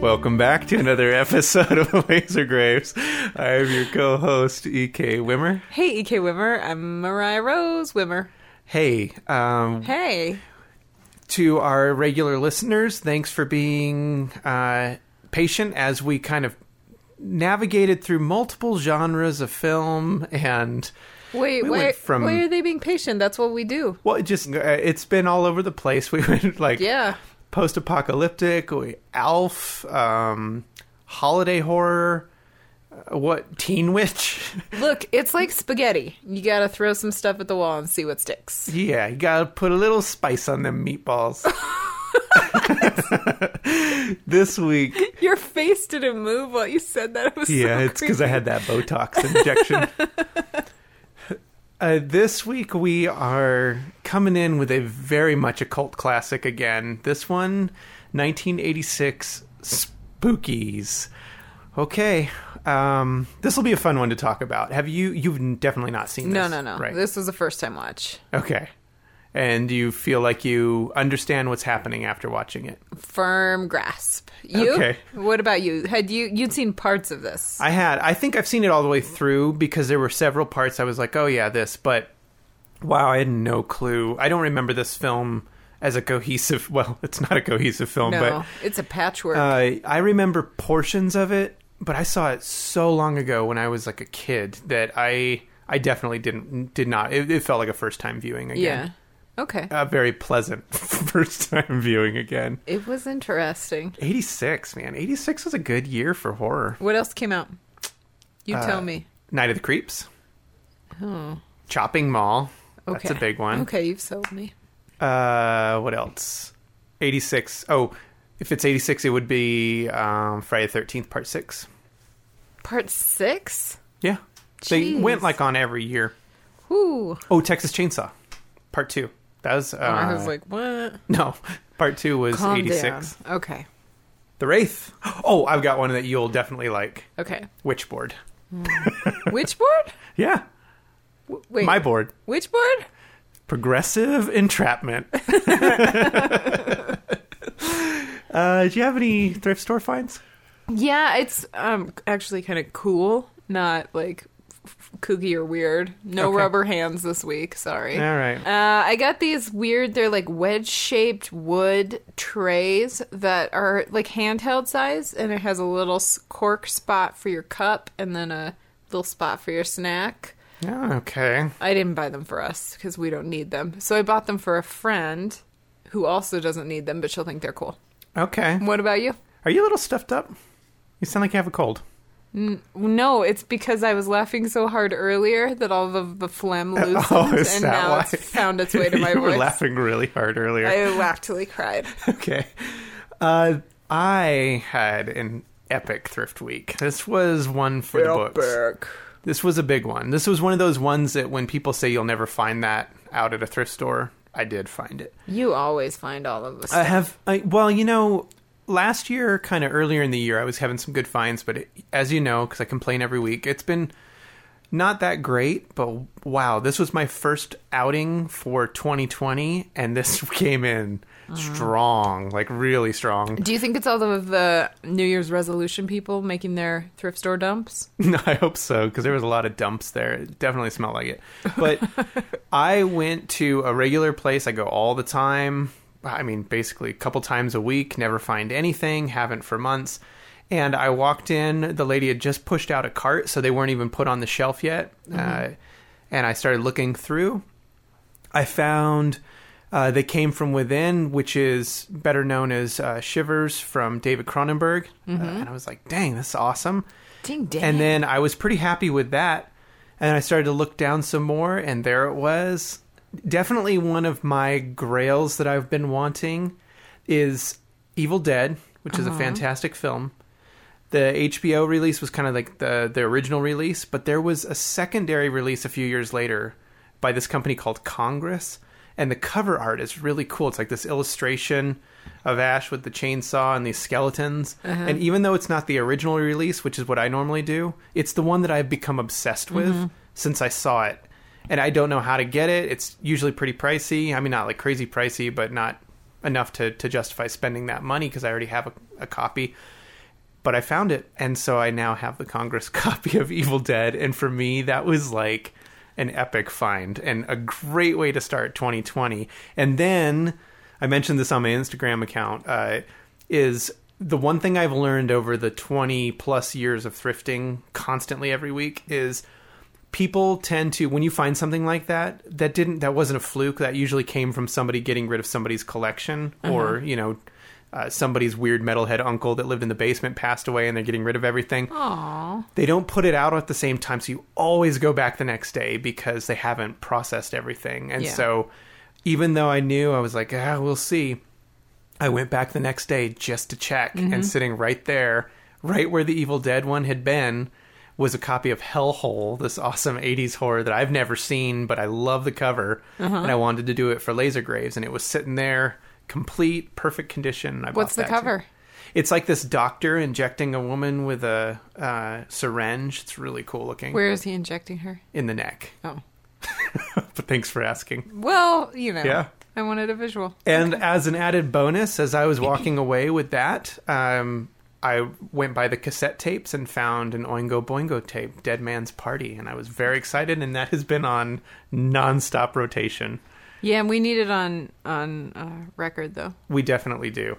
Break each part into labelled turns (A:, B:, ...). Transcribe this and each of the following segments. A: Welcome back to another episode of Laser Graves. I am your co host, EK Wimmer.
B: Hey, EK Wimmer. I'm Mariah Rose Wimmer.
A: Hey, um,
B: Hey.
A: to our regular listeners, thanks for being uh, patient as we kind of navigated through multiple genres of film and.
B: Wait,
A: We
B: why,
A: went from-
B: why are they being patient? That's what we do.
A: Well, it just uh, it's been all over the place. We went like
B: Yeah.
A: post-apocalyptic, we, Alf, um, holiday horror, uh, what Teen Witch.
B: Look, it's like spaghetti. You gotta throw some stuff at the wall and see what sticks.
A: Yeah, you gotta put a little spice on them meatballs. this week,
B: Your face didn't move while you said that. It was so
A: yeah, it's because I
B: creepy.
A: had that Botox injection. uh, this week, we are coming in with a very much a cult classic again. This one, 1986 Spookies. Okay. Um, this will be a fun one to talk about. Have you? You've definitely not seen this.
B: No, no, no.
A: Right.
B: This was a first time watch.
A: Okay. And you feel like you understand what's happening after watching it.
B: Firm grasp. You?
A: Okay.
B: What about you? Had you you'd seen parts of this?
A: I had I think I've seen it all the way through because there were several parts I was like, "Oh yeah, this," but wow, I had no clue. I don't remember this film as a cohesive, well, it's not a cohesive film,
B: no,
A: but
B: it's a patchwork.
A: uh, I remember portions of it, but I saw it so long ago when I was like a kid that I I definitely didn't did not it, it felt like a first-time viewing
B: yeah.
A: again.
B: Okay.
A: A very pleasant first-time viewing again.
B: it was interesting.
A: 86, man. 86 was a good year for horror.
B: What else came out? You
A: Uh,
B: tell me.
A: Night of the Creeps,
B: Oh.
A: Chopping Mall.
B: Okay.
A: That's a big one.
B: Okay, you've sold me.
A: Uh, what else? 86. Oh, if it's 86, it would be um, Friday the 13th, Part 6.
B: Part six?
A: Yeah. They
B: Jeez.
A: went like on every year.
B: Whew.
A: Oh, Texas Chainsaw, Part 2. That was. Uh,
B: Oh, I was like, what?
A: no, Part 2 was
B: Calm
A: 86.
B: down. Okay.
A: The Wraith. Oh, I've got one that you'll definitely like
B: Okay.
A: Witchboard.
B: Which board?
A: Yeah.
B: W- Wait.
A: My board.
B: Which board?
A: Progressive entrapment. uh, do you have any thrift store finds?
B: Yeah, it's um actually kind of cool, not like f- f- kooky or weird. No
A: Okay.
B: rubber hands this week. Sorry.
A: All right.
B: Uh, I got these weird, they're like wedge shaped wood trays that are like handheld size, and it has a little s- cork spot for your cup and then a little spot for your snack.
A: Yeah, okay.
B: I didn't buy them for us because we don't need them. So I bought them for a friend who also doesn't need them, but she'll think they're cool.
A: Okay.
B: What about you?
A: Are you a little stuffed up? You sound like you have a cold.
B: No, it's because I was laughing so hard earlier that all of the phlegm loosened
A: Oh, is
B: and
A: that
B: now
A: why?
B: it's found its way to my
A: you
B: voice.
A: were laughing really hard earlier.
B: I laughed till he cried.
A: Okay. Uh, I had an epic thrift week. This was one for the books. This was a big one. This was one of those ones that when people say you'll never find that out at a thrift store, I did find it.
B: You always find all of us.
A: I have. I, well, you know, last year, kind of earlier in the year, I was having some good finds, but it, as you know, because I complain every week, it's been not that great. But wow, this was my first outing for 2020, and this came in strong, like really strong.
B: Do you think it's all of the New Year's resolution people making their thrift store dumps?
A: I hope so because there was a lot of dumps there. It definitely smelled like it. But I went to a regular place. I go all the time. I mean, basically a couple times a week. Never find anything. Haven't for months. And I walked in. The lady had just pushed out a cart, so they weren't even put on the shelf yet. Uh, and I started looking through. I found uh, They Came From Within, which is better known as uh, Shivers from David Cronenberg. Uh, and I was like, dang, this is awesome.
B: Ding ding.
A: And then I was pretty happy with that. And I started to look down some more, and there it was. Definitely one of my grails that I've been wanting is Evil Dead, which is a fantastic film. The HBO release was kind of like the, the original release, but there was a secondary release a few years later by this company called Congress. And the cover art is really cool. It's like this illustration of Ash with the chainsaw and these skeletons. And even though it's not the original release, which is what I normally do, it's the one that I've become obsessed with since I saw it. And I don't know how to get it. It's usually pretty pricey. I mean, not like crazy pricey, but not enough to, to justify spending that money because I already have a, a copy. but I found it, and so I now have the Congress copy of Evil Dead, and for me that was like an epic find and a great way to start 2020. And then I mentioned this on my Instagram account uh, is the one thing I've learned over the 20 plus years of thrifting constantly every week is people tend to when you find something like that that didn't that wasn't a fluke that usually came from somebody getting rid of somebody's collection or you know uh, somebody's weird metalhead uncle that lived in the basement passed away and they're getting rid of everything
B: Aw.
A: they don't put it out at the same time so you always go back the next day because they haven't processed everything and
B: Yeah.
A: so even though i knew i was like ah we'll see i went back the next day just to check
B: Mm-hmm.
A: and sitting right there right where the evil dead one had been was a copy of hellhole this awesome 80s horror that i've never seen but i love the cover
B: Uh-huh.
A: and i wanted to do it for laser graves and it was sitting there complete perfect condition I
B: What's
A: bought
B: the
A: that, too.
B: cover?
A: It's like this doctor injecting a woman with a uh, syringe. It's really cool looking
B: Where is he injecting her?
A: in the neck.
B: Oh.
A: But thanks for asking.
B: Well, you know.
A: Yeah.
B: I wanted a visual.
A: And as an added bonus, as I was walking away with that, um, I went by the cassette tapes and found an Oingo Boingo tape, Dead Man's Party, and I was very excited. And that has been on nonstop rotation.
B: Yeah, and we need it on on uh, record though.
A: We definitely do.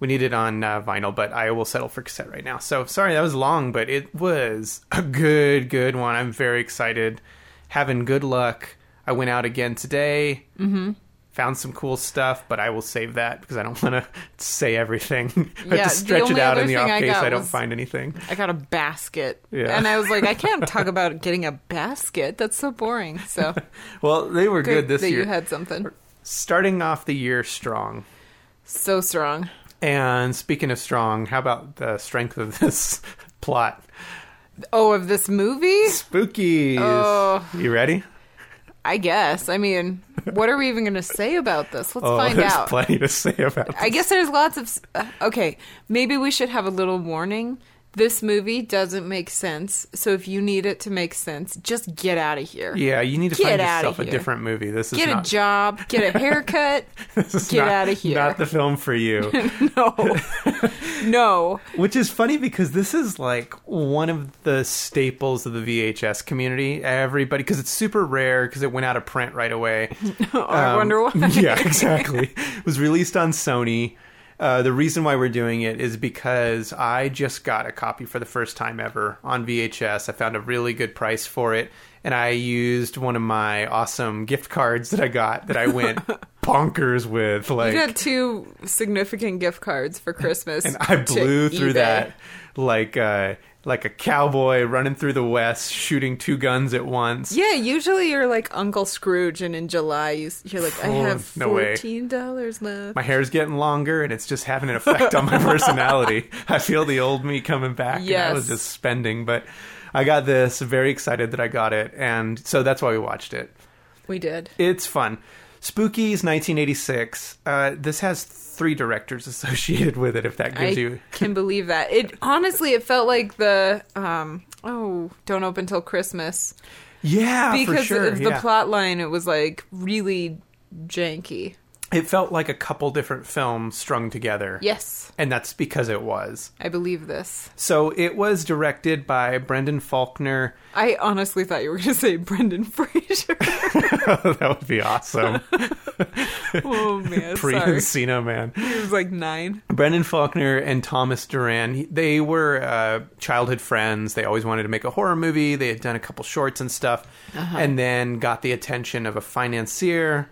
A: We need it on uh, vinyl, but I will settle for cassette right now. So sorry that was long, but it was a good, good one. I'm very excited. Having good luck. I went out again today. Mm-hmm. Found some cool stuff, but I will save that because I don't want to say everything.
B: Yeah, the
A: I have to stretch it
B: only
A: out
B: other
A: in the
B: thing
A: off
B: I
A: case
B: got
A: I don't
B: was-
A: find anything.
B: I got a basket.
A: Yeah.
B: And I was like, I can't talk about getting a basket. That's so boring. So
A: Well, they were
B: great
A: good this
B: that
A: year.
B: you had something
A: Starting off the year strong.
B: so strong.
A: And speaking of strong, how about the strength of this plot?
B: Oh, of this movie?
A: Spookies.
B: Oh.
A: You ready?
B: I guess. I mean, what are we even going to say about this? Let's find
A: Oh, there's
B: out.
A: plenty to say about this.
B: I guess there's lots of. s- uh, Okay, maybe we should have a little warning. This movie doesn't make sense. So if you need it to make sense, just get out of here.
A: Yeah, you need to
B: Get
A: find
B: outta
A: yourself a
B: here.
A: different movie. This is
B: Get a
A: not,
B: job, get a haircut.
A: this is
B: get
A: not-
B: outta here.
A: Not the film for you.
B: no. no.
A: Which is funny because this is like one of the staples of the VHS community. Everybody, because it's super rare because it went out of print right away.
B: I
A: Um,
B: wonder why.
A: yeah, exactly. it was released on Sony. Uh, the reason why we're doing it is because I just got a copy for the first time ever on VHS. I found a really good price for it, and I used one of my awesome gift cards that I got that I went bonkers with. Like,
B: You got two significant gift cards for Christmas.
A: and I
B: to
A: blew through
B: eBay.
A: that like uh, like a cowboy running through the west, shooting two guns at once.
B: Yeah, usually you're like Uncle Scrooge, and in July you, s- you're like, I
A: Oh,
B: have
A: no way.
B: fourteen dollars left.
A: My hair's getting longer, and it's just having an effect on my personality. I feel the old me coming back. and I was
B: Yes.
A: just spending, but I got this. Very excited that I got it, and so that's why we watched it.
B: we did.
A: It's fun. Spooky's 1986. Uh, this has three directors associated with it. If that
B: I
A: gives you
B: can believe that. It honestly, it felt like the um oh, don't open till Christmas
A: yeah,
B: because
A: Ah, for sure.
B: of the
A: yeah.
B: plot line. It was like really janky.
A: it felt like a couple different films strung together.
B: Yes,
A: and that's because it was.
B: I believe this.
A: So it was directed by Brendan Faulkner.
B: I honestly thought you were going to say Brendan Fraser.
A: that would be awesome.
B: oh man,
A: Pre
B: sorry.
A: Encino Man.
B: He was like nine.
A: Brendan Faulkner and Thomas Duran, he- they were uh, childhood friends. They always wanted to make a horror movie. They had done a couple shorts and stuff, and then got the attention of a financier.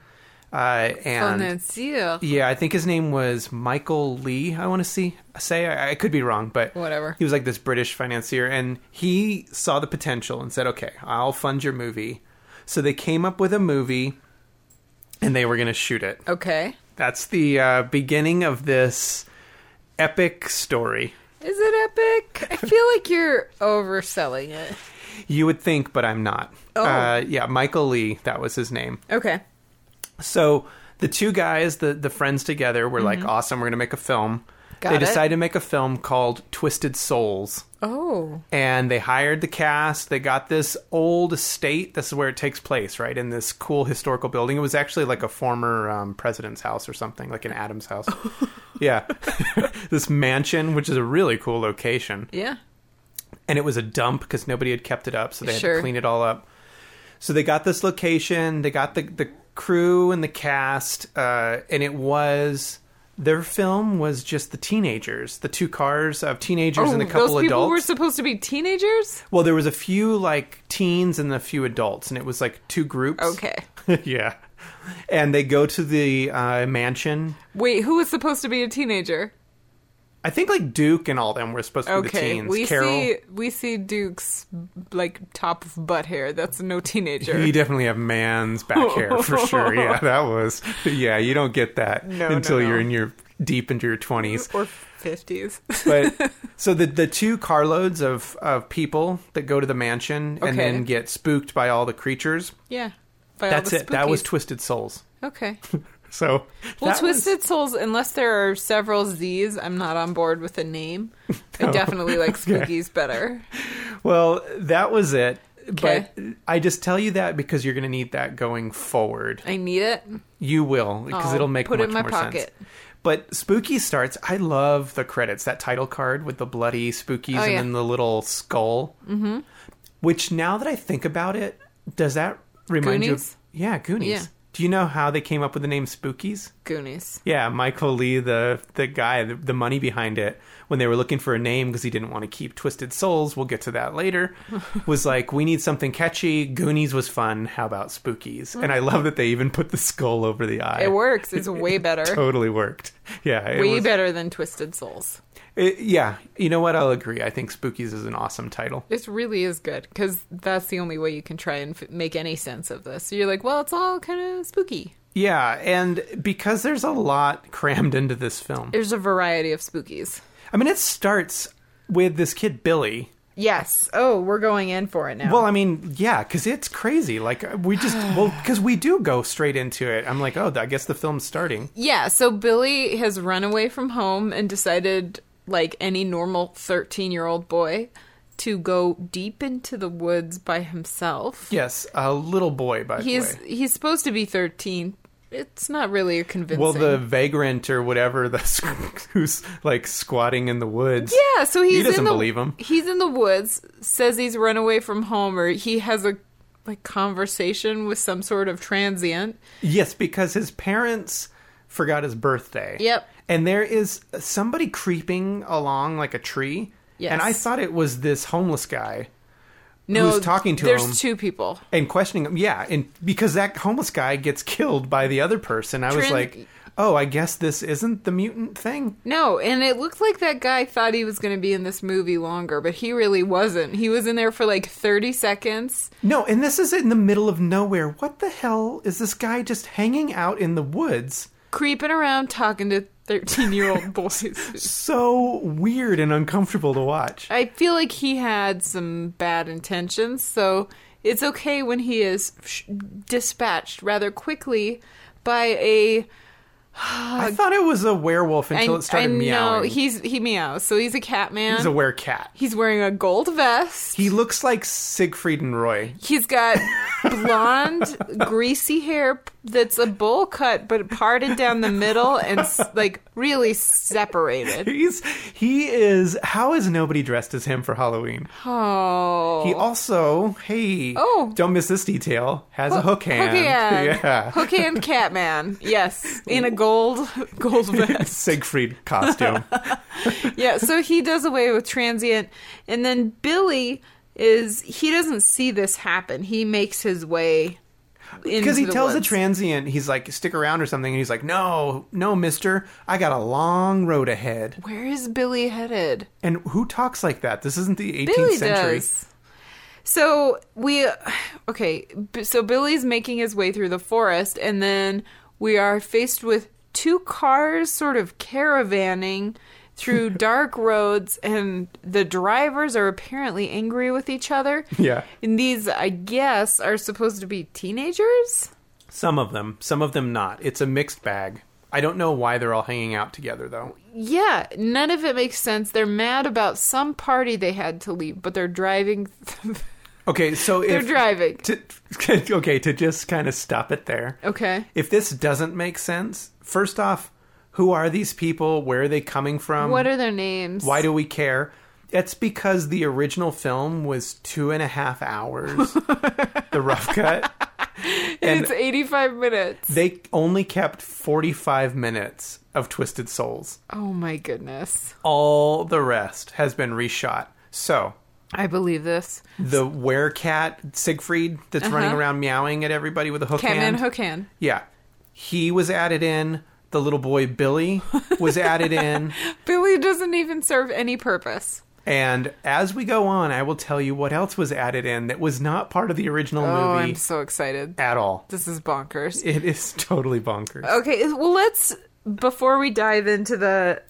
A: Uh, and
B: Financier.
A: yeah, I think his name was Michael Lee. I want to see say I, I could be wrong, but
B: Whatever.
A: He was like this British financier, and he saw the potential and said, "Okay, I'll fund your movie." So they came up with a movie, and they were going to shoot it.
B: Okay.
A: That's the uh, beginning of this epic story.
B: Is it epic? I feel like you're overselling it.
A: You would think, but I'm not.
B: Oh.
A: Uh, yeah, Michael Lee, that was his name.
B: Okay.
A: So the two guys, the the friends together, were like, "Awesome, we're gonna make a film."
B: Mm-hmm. Got
A: they
B: it.
A: decided to make a film called Twisted Souls.
B: Oh.
A: and they hired the cast. They got this old estate. This is where it takes place, right? In this cool historical building. It was actually like a former um, president's house or something, like an Adams house. yeah. this mansion, which is a really cool location.
B: Yeah.
A: And it was a dump because nobody had kept it up. So they had
B: Sure.
A: to clean it all up. So they got this location. They got the, the crew and the cast. Uh, and it was. Their film was just the teenagers, the two cars of teenagers and a couple
B: Oh, those people
A: adults.
B: were supposed to be teenagers?
A: Well, there was a few like teens and a few adults, and it was like two groups.
B: Okay.
A: yeah. And they go to the uh, mansion.
B: Wait, who was supposed to be a teenager?
A: I think like Duke and all them were supposed to be the
B: Okay,
A: teens.
B: we
A: Carol,
B: see we see Duke's like top of butt hair. That's no teenager.
A: you definitely have man's back hair for sure. Yeah, that was. Yeah, you don't get that
B: No, no,
A: until you're
B: no.
A: in your deep into your twenties.
B: or fifties.
A: but so the the two carloads of of people that go to the mansion
B: Okay.
A: and then get spooked by all the creatures.
B: yeah, by all
A: That's
B: the
A: it. That was
B: spookies.
A: Twisted Souls.
B: okay.
A: So
B: Well,
A: that was-
B: Twisted Souls. Unless there are several Z's, I'm not on board with the name. I
A: Oh.
B: definitely like Spookies better.
A: Well, that was it.
B: Okay.
A: But I just tell you that because you're going to need that going forward.
B: I need it.
A: You will because
B: I'll
A: it'll make
B: put it
A: much
B: in my
A: more
B: pocket.
A: sense. But Spooky starts. I love the credits. That title card with the bloody Spookies
B: Oh,
A: and
B: yeah.
A: then the little skull. Mm-hmm. Which now that I think about it, does that remind
B: Goonies?
A: you? Of, yeah, Goonies.
B: Yeah.
A: Do you know how they came up with the name Spookies?
B: Goonies.
A: Yeah, Michael Lee, the the guy, the, the money behind it, when they were looking for a name because he didn't want to keep Twisted Souls, we'll get to that later, was like, we need something catchy. Goonies was fun. How about Spookies? And I love that they even put the skull over the eye.
B: Mm. It works. It's way better.
A: Totally worked. Yeah. It
B: Way
A: was-
B: better than Twisted Souls.
A: it- Uh, yeah. You know what? I'll agree. I think Spookies is an awesome title.
B: This really is good because that's the only way you can try and f- make any sense of this. You're like, well, it's all kind of spooky.
A: Yeah. And because there's a lot crammed into this film,
B: There's a variety of spookies.
A: I mean, it starts with this kid, Billy.
B: Yes. Oh, we're going in for it now.
A: Well, I mean, yeah, because it's crazy. Like we just, well, because we do go straight into it. I'm like, oh, I guess the film's starting.
B: yeah. So Billy has run away from home and decided, like any normal 13 year old boy, to go deep into the woods by himself.
A: Yes, a little boy, by
B: He's
A: the way.
B: he's supposed to be 13. It's not really convincing.
A: Well, the vagrant or whatever that's who's like squatting in the woods.
B: Yeah, so he's
A: doesn't
B: in the,
A: believe him.
B: He's in the woods, says he's run away from home, or he has a like conversation with some sort of transient.
A: Yes, because his parents forgot his birthday.
B: Yep.
A: And there is somebody creeping along like a tree.
B: Yes.
A: And I thought it was this homeless guy.
B: No,
A: Who's talking to
B: there's
A: him?
B: two people.
A: and questioning him. Yeah, and because that homeless guy gets killed by the other person, I was
B: Trin-
A: like, oh, I guess this isn't the mutant thing.
B: No, and it looked like that guy thought he was going to be in this movie longer, but he really wasn't. He was in there for like 30 seconds.
A: No, and this is in the middle of nowhere. What the hell is this guy just hanging out in the woods?
B: Creeping around talking to 13 year old boys.
A: So weird and uncomfortable to watch.
B: I feel like he had some bad intentions, so it's okay when he is sh- dispatched rather quickly by a.
A: I thought it was a werewolf until
B: I-
A: it started
B: I know,
A: meowing.
B: he's he meows, so he's a cat man. He's,
A: He's a werecat.
B: wearing a gold vest.
A: He looks like Siegfried and Roy.
B: He's got blonde, greasy hair p- that's a bowl cut, but parted down the middle and s- like really separated.
A: He's he is how is nobody dressed as him for Halloween?
B: Oh,
A: He also, hey,
B: Oh.
A: don't miss this detail, has a hook hand.
B: Hook hand,
A: Yeah.
B: hook hand, Catman. Yes, in a gold gold vest.
A: Siegfried costume.
B: yeah, so he does away with transient, and then Billy is he doesn't see this happen. He makes his way
A: Because
B: because
A: he tells
B: the
A: the
B: woods.
A: transient, he's like, stick around or something. And he's like, no, no, mister. I got a long road ahead.
B: Where is Billy headed?
A: And who talks like that? This isn't the 18th
B: Billy
A: century.
B: does. So we, okay, b- so Billy's making his way through the forest, and then we are faced with two cars sort of caravanning through dark roads, and the drivers are apparently angry with each other.
A: Yeah.
B: And these, I guess, are supposed to be teenagers?
A: Some of them, some of them not. It's a mixed bag. I don't know why they're all hanging out together though.
B: Yeah, none of it makes sense. They're mad about some party they had to leave, but they're driving.
A: Okay, so
B: they're
A: if
B: driving.
A: to, okay, to just kind of stop it there.
B: Okay.
A: If this doesn't make sense, first off, who are these people? Where are they coming from?
B: What are their names?
A: Why do we care? It's because the original film was two and a half hours, the rough cut.
B: it's 85 minutes.
A: They only kept 45 minutes of Twisted Souls.
B: Oh my goodness.
A: All the rest has been reshot. So,
B: I believe this.
A: the werecat Siegfried that's running
B: Uh-huh.
A: around meowing at everybody with a hook
B: Kevin
A: hand.
B: Hokan.
A: yeah. He was added in. The little boy Billy was added in.
B: Billy doesn't even serve any purpose.
A: And as we go on, I will tell you what else was added in that was not part of the original
B: Oh,
A: movie
B: I'm so excited.
A: at all.
B: This is bonkers.
A: It is totally bonkers.
B: Okay, well let's before we dive into the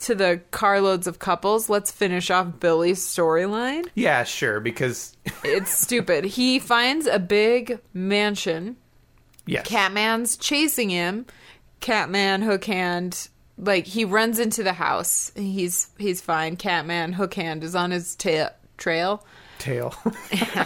B: to the carloads of couples, let's finish off Billy's storyline.
A: Yeah, sure, because
B: It's stupid. He finds a big mansion.
A: yes.
B: Catman's chasing him. Catman hook hand like he runs into the house. He's he's fine. Catman hook hand is on his ta- trail.
A: tail.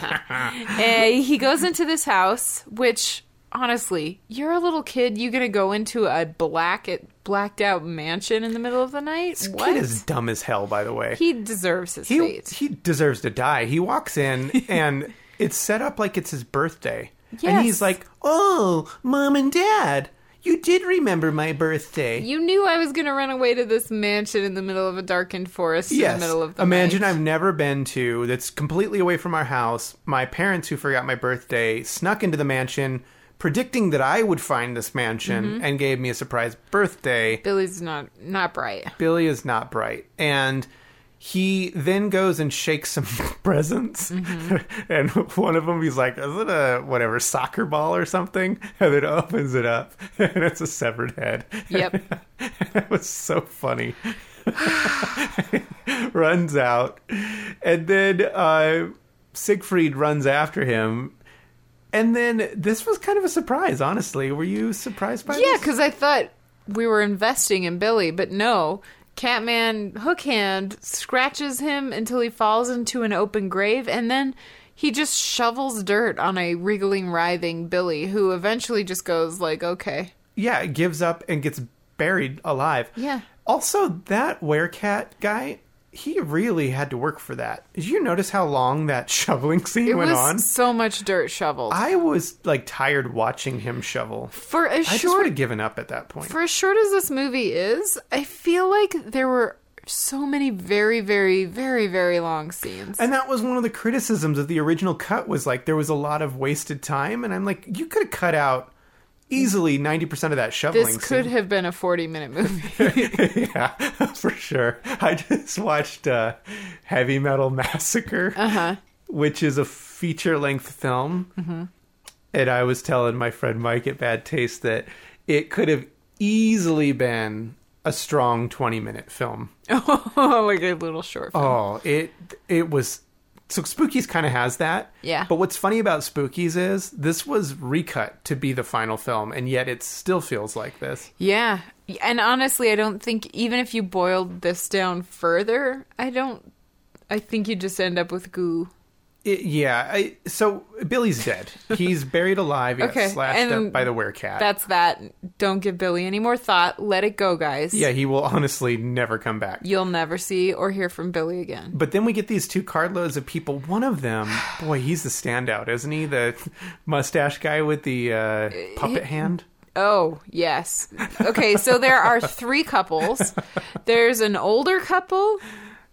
B: Uh, he goes into this house, which honestly, you're a little kid. You gonna go into a black blacked out mansion in the middle of the night?
A: This
B: what?
A: kid is dumb as hell, by the way.
B: he deserves his
A: he,
B: fate.
A: he deserves to die. He walks in and it's set up like it's his birthday. And he's
B: Yes.
A: like, Oh, mom and dad, you did remember my birthday.
B: You knew I was gonna run away to this mansion in the middle of a darkened forest in the middle of the
A: Imagine
B: night.
A: I've never been to that's completely away from our house. My parents who forgot my birthday snuck into the mansion predicting that I would find this mansion
B: Mm-hmm.
A: and gave me a surprise birthday.
B: Billy's not not bright.
A: Billy is not bright. And he then goes and shakes some presents.
B: Mm-hmm.
A: and one of them, he's like, is it a, whatever, soccer ball or something? And then opens it up, and it's a severed head.
B: Yep.
A: that was so funny. runs out. And then uh, Siegfried runs after him. And then this was kind of a surprise, honestly. Were you surprised by
B: Yeah,
A: this?
B: because I thought we were investing in Billy, but no. Catman hook hand scratches him until he falls into an open grave, and then he just shovels dirt on a wriggling, writhing Billy, who eventually just goes like, "Okay,
A: yeah, it gives up and gets buried alive.
B: Yeah.
A: Also, that werecat guy, he really had to work for that. Did you notice how long that shoveling scene
B: it
A: went
B: was
A: on?
B: so much dirt shoveled
A: I was like tired watching him shovel.
B: for as
A: I just
B: short
A: would have given up at that point.
B: for as short as this movie is. I feel like there were so many very, very, very, very long scenes.
A: and that was one of the criticisms of the original cut was like there was a lot of wasted time, and I'm like, you could have cut out easily 90% of that shoveling
B: This
A: scene.
B: could have been a forty-minute movie.
A: yeah, for sure. I just watched uh, Heavy Metal Massacre, which is a feature length film. And I was telling my friend Mike at Bad Taste that it could have easily been a strong 20 minute film.
B: oh, like a little short. film.
A: Oh, it it was so Spookies kind of has that.
B: Yeah.
A: But what's funny about Spookies is this was recut to be the final film, and yet it still feels like this.
B: Yeah. And honestly, I don't think even if you boiled this down further, I don't I think you just end up with goo.
A: It, yeah. I, so Billy's dead. He's buried alive. He
B: Okay,
A: got slashed
B: and
A: up by the werecat.
B: That's that. Don't give Billy any more thought. Let it go, guys.
A: yeah, he will honestly never come back.
B: You'll never see or hear from Billy again.
A: But then we get these two cartloads of people. One of them, boy, he's the standout, isn't he? The mustache guy with the uh, puppet hand.
B: Oh, yes. Okay, so there are three couples. There's an older couple,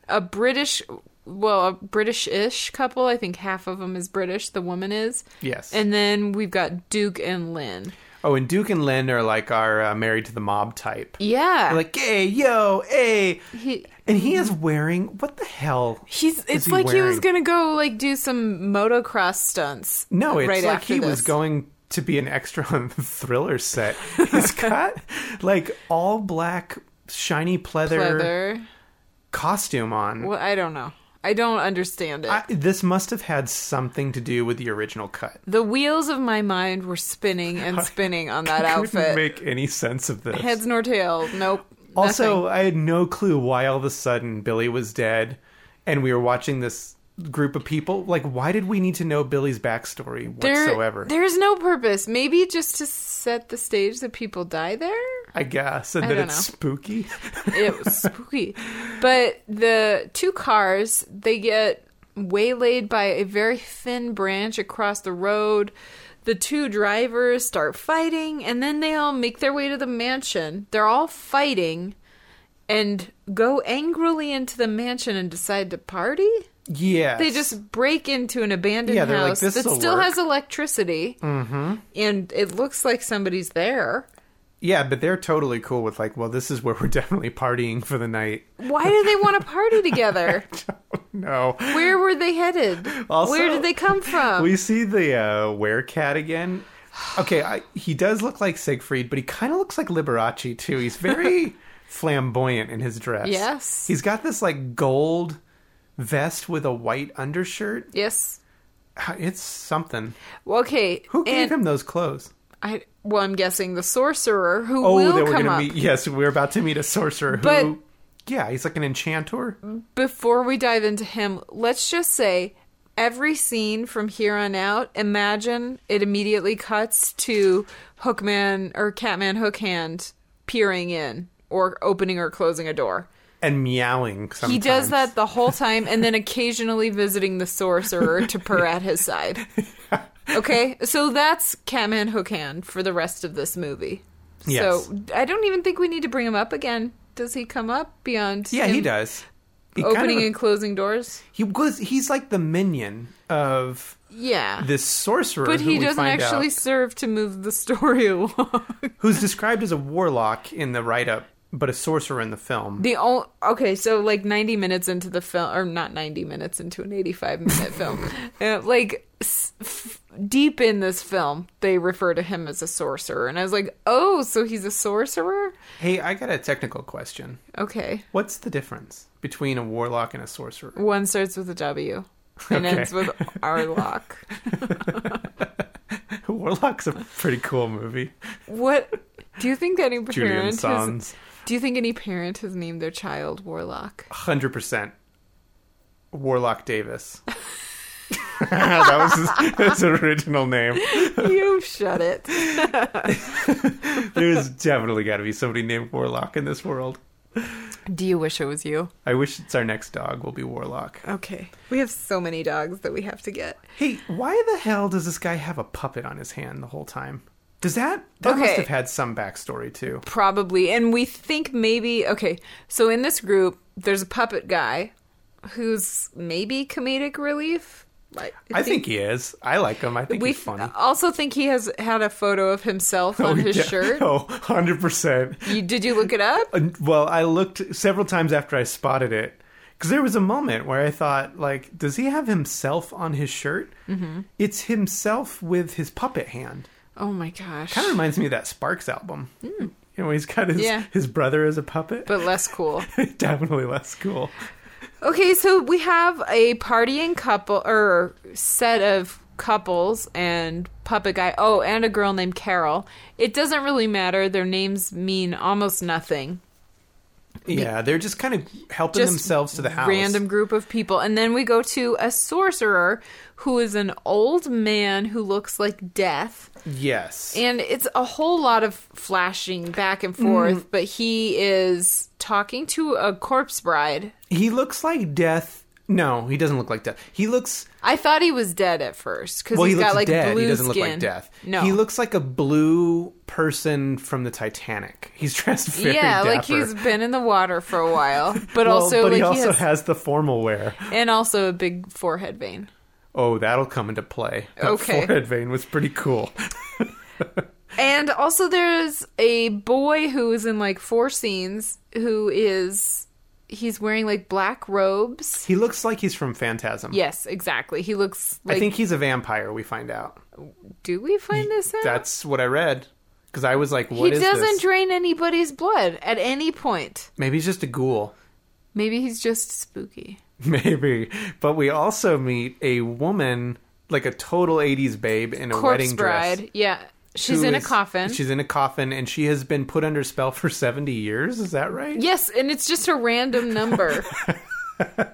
B: a British well, a British-ish couple. I think half of them is British, the woman is.
A: Yes.
B: And then we've got Duke and Lynn.
A: oh, and Duke and Lynn are like our uh, married to the mob type.
B: Yeah.
A: They're like, hey, yo, hey.
B: He-
A: and he is wearing, what the hell?
B: He's. It's
A: he
B: like he was gonna
A: wearing?
B: go like do some motocross stunts.
A: No, it's
B: right
A: like
B: after
A: he
B: this.
A: was going to be an extra on the thriller set. He's got like all black shiny pleather,
B: Leather.
A: costume on.
B: Well, I don't know. I don't understand it.
A: I, this must have had something to do with the original cut.
B: the wheels of my mind were spinning and spinning on that
A: Couldn't
B: outfit.
A: make any sense of this.
B: Heads nor tail. Nope.
A: Also, I had no clue why all of a sudden Billy was dead and we were watching this group of people. Like, why did we need to know Billy's backstory
B: There-
A: whatsoever?
B: There's no purpose. Maybe just to set the stage that people die there.
A: I guess. And
B: I
A: that
B: don't
A: it's
B: know.
A: spooky.
B: It was spooky. But the two cars, they get waylaid by a very thin branch across the road. The two drivers start fighting, and then they all make their way to the mansion. They're all fighting and go angrily into the mansion and decide to party.
A: yeah.
B: They just break into an abandoned
A: Yeah, they're like,
B: house that
A: "This'll
B: still
A: work."
B: has electricity, mm-hmm. and it looks like somebody's there.
A: Yeah, but they're totally cool with, like, well, this is where we're definitely partying for the night.
B: Why do they want to party together?
A: No.
B: Where were they headed?
A: Also-
B: Where did they come from?
A: we see the uh, werecat again. Okay, I, he does look like Siegfried, but he kind of looks like Liberace too. He's very flamboyant in his dress.
B: Yes.
A: he's got this like gold vest with a white undershirt.
B: yes.
A: It's something.
B: Well, okay.
A: Who gave
B: and
A: him those clothes?
B: I, well, I'm guessing the sorcerer who
A: Oh,
B: will
A: that we're
B: come
A: gonna
B: up.
A: meet. Yes, we're about to meet a sorcerer
B: But-
A: who. Yeah, he's like an enchanter.
B: Before we dive into him, let's just say every scene from here on out, imagine it immediately cuts to Hookman or Catman Hookhand peering in or opening or closing a door.
A: And meowing. Sometimes.
B: He does that the whole time and then occasionally visiting the sorcerer to purr at his side. Okay? So that's Catman Hookhand for the rest of this movie.
A: Yes.
B: So I don't even think we need to bring him up again. Does he come up beyond
A: Yeah, he
B: him
A: does. He kind of-
B: opening and closing doors?
A: he was. He's like the minion of
B: Yeah.
A: this sorcerer.
B: but
A: who
B: he
A: we
B: doesn't
A: find
B: actually
A: out-
B: serve to move the story along.
A: who's described as a warlock in the write up, but a sorcerer in the film.
B: The only okay, so like ninety minutes into the film, or not ninety minutes into an eighty-five minute film, uh, like s- f- deep in this film, they refer to him as a sorcerer, and I was like, oh, so he's a sorcerer?
A: Hey, I got a technical question.
B: Okay,
A: What's the difference between a warlock and a sorcerer?
B: one starts with a W and
A: Okay.
B: ends with Arlock.
A: Warlock's a pretty cool movie.
B: what do you think any parent
A: Julian
B: has?
A: Sands,
B: Do you think any parent has named their child Warlock?
A: hundred percent. Warlock Davis. that was his, his original name.
B: you shut it.
A: There's definitely got to be somebody named Warlock in this world.
B: Do you wish it was you?
A: I wish it's our next dog will be Warlock.
B: Okay, we have so many dogs that we have to get.
A: Hey, why the hell does this guy have a puppet on his hand the whole time? Does that that must
B: Okay.
A: have had some backstory too?
B: probably and we think maybe okay so in this group there's a puppet guy who's maybe comedic relief like
A: I think he is. I like him. I think
B: we
A: he's funny.
B: also think he has had a photo of himself on his
A: yeah.
B: shirt
A: Oh, 100%.
B: you, did you look it up
A: And- Well, I looked several times after I spotted it because there was a moment where I thought, like, does he have himself on his shirt? Mm-hmm. It's himself with his puppet hand.
B: oh my gosh
A: Kind of reminds me of that Sparks album. You know, he's got his,
B: Hmm. Yeah.
A: his brother as a puppet.
B: but less cool
A: Definitely less cool.
B: Okay, so we have a partying couple or set of couples and puppet guy. Oh, and a girl named Carol. It doesn't really matter. Their names mean almost nothing.
A: Yeah, they're just kind of helping
B: Just
A: themselves to the house.
B: Random group of people. And then we go to a sorcerer who is an old man who looks like death.
A: Yes.
B: And it's a whole lot of flashing back
A: Mm.
B: and forth, but he is talking to a corpse bride.
A: he looks like Death. No, he doesn't look like Death. He looks
B: I thought he was dead at first because
A: well. He
B: he's
A: looks
B: got like
A: dead.
B: blue
A: He doesn't
B: skin.
A: look like Death.
B: No,
A: he looks like a blue person from the Titanic. He's dressed very
B: yeah, like
A: dapper.
B: he's been in the water for a while, but
A: Well,
B: also
A: but
B: like
A: he also
B: has,
A: has... the formal wear.
B: and also a big forehead vein.
A: Oh, that'll come into play. That
B: Okay.
A: forehead vein was pretty cool.
B: And also, there's a boy who is in like four scenes who is he's wearing like black robes.
A: He looks like he's from Phantasm.
B: Yes, exactly. He looks like.
A: I think he's a vampire. We find out.
B: do we find this out?
A: That's what I read because I was like,
B: he
A: "What is
B: doesn't
A: this?"
B: drain anybody's blood at any point.
A: Maybe he's just a ghoul.
B: Maybe he's just spooky.
A: Maybe. But we also meet a woman, like a total 80s babe in a
B: Corpse
A: wedding
B: bride.
A: dress.
B: Yeah. She's
A: who
B: in a
A: is-
B: coffin.
A: She's in a coffin and she has been put under spell for 70 years. Is that right?
B: Yes, and it's just a random number.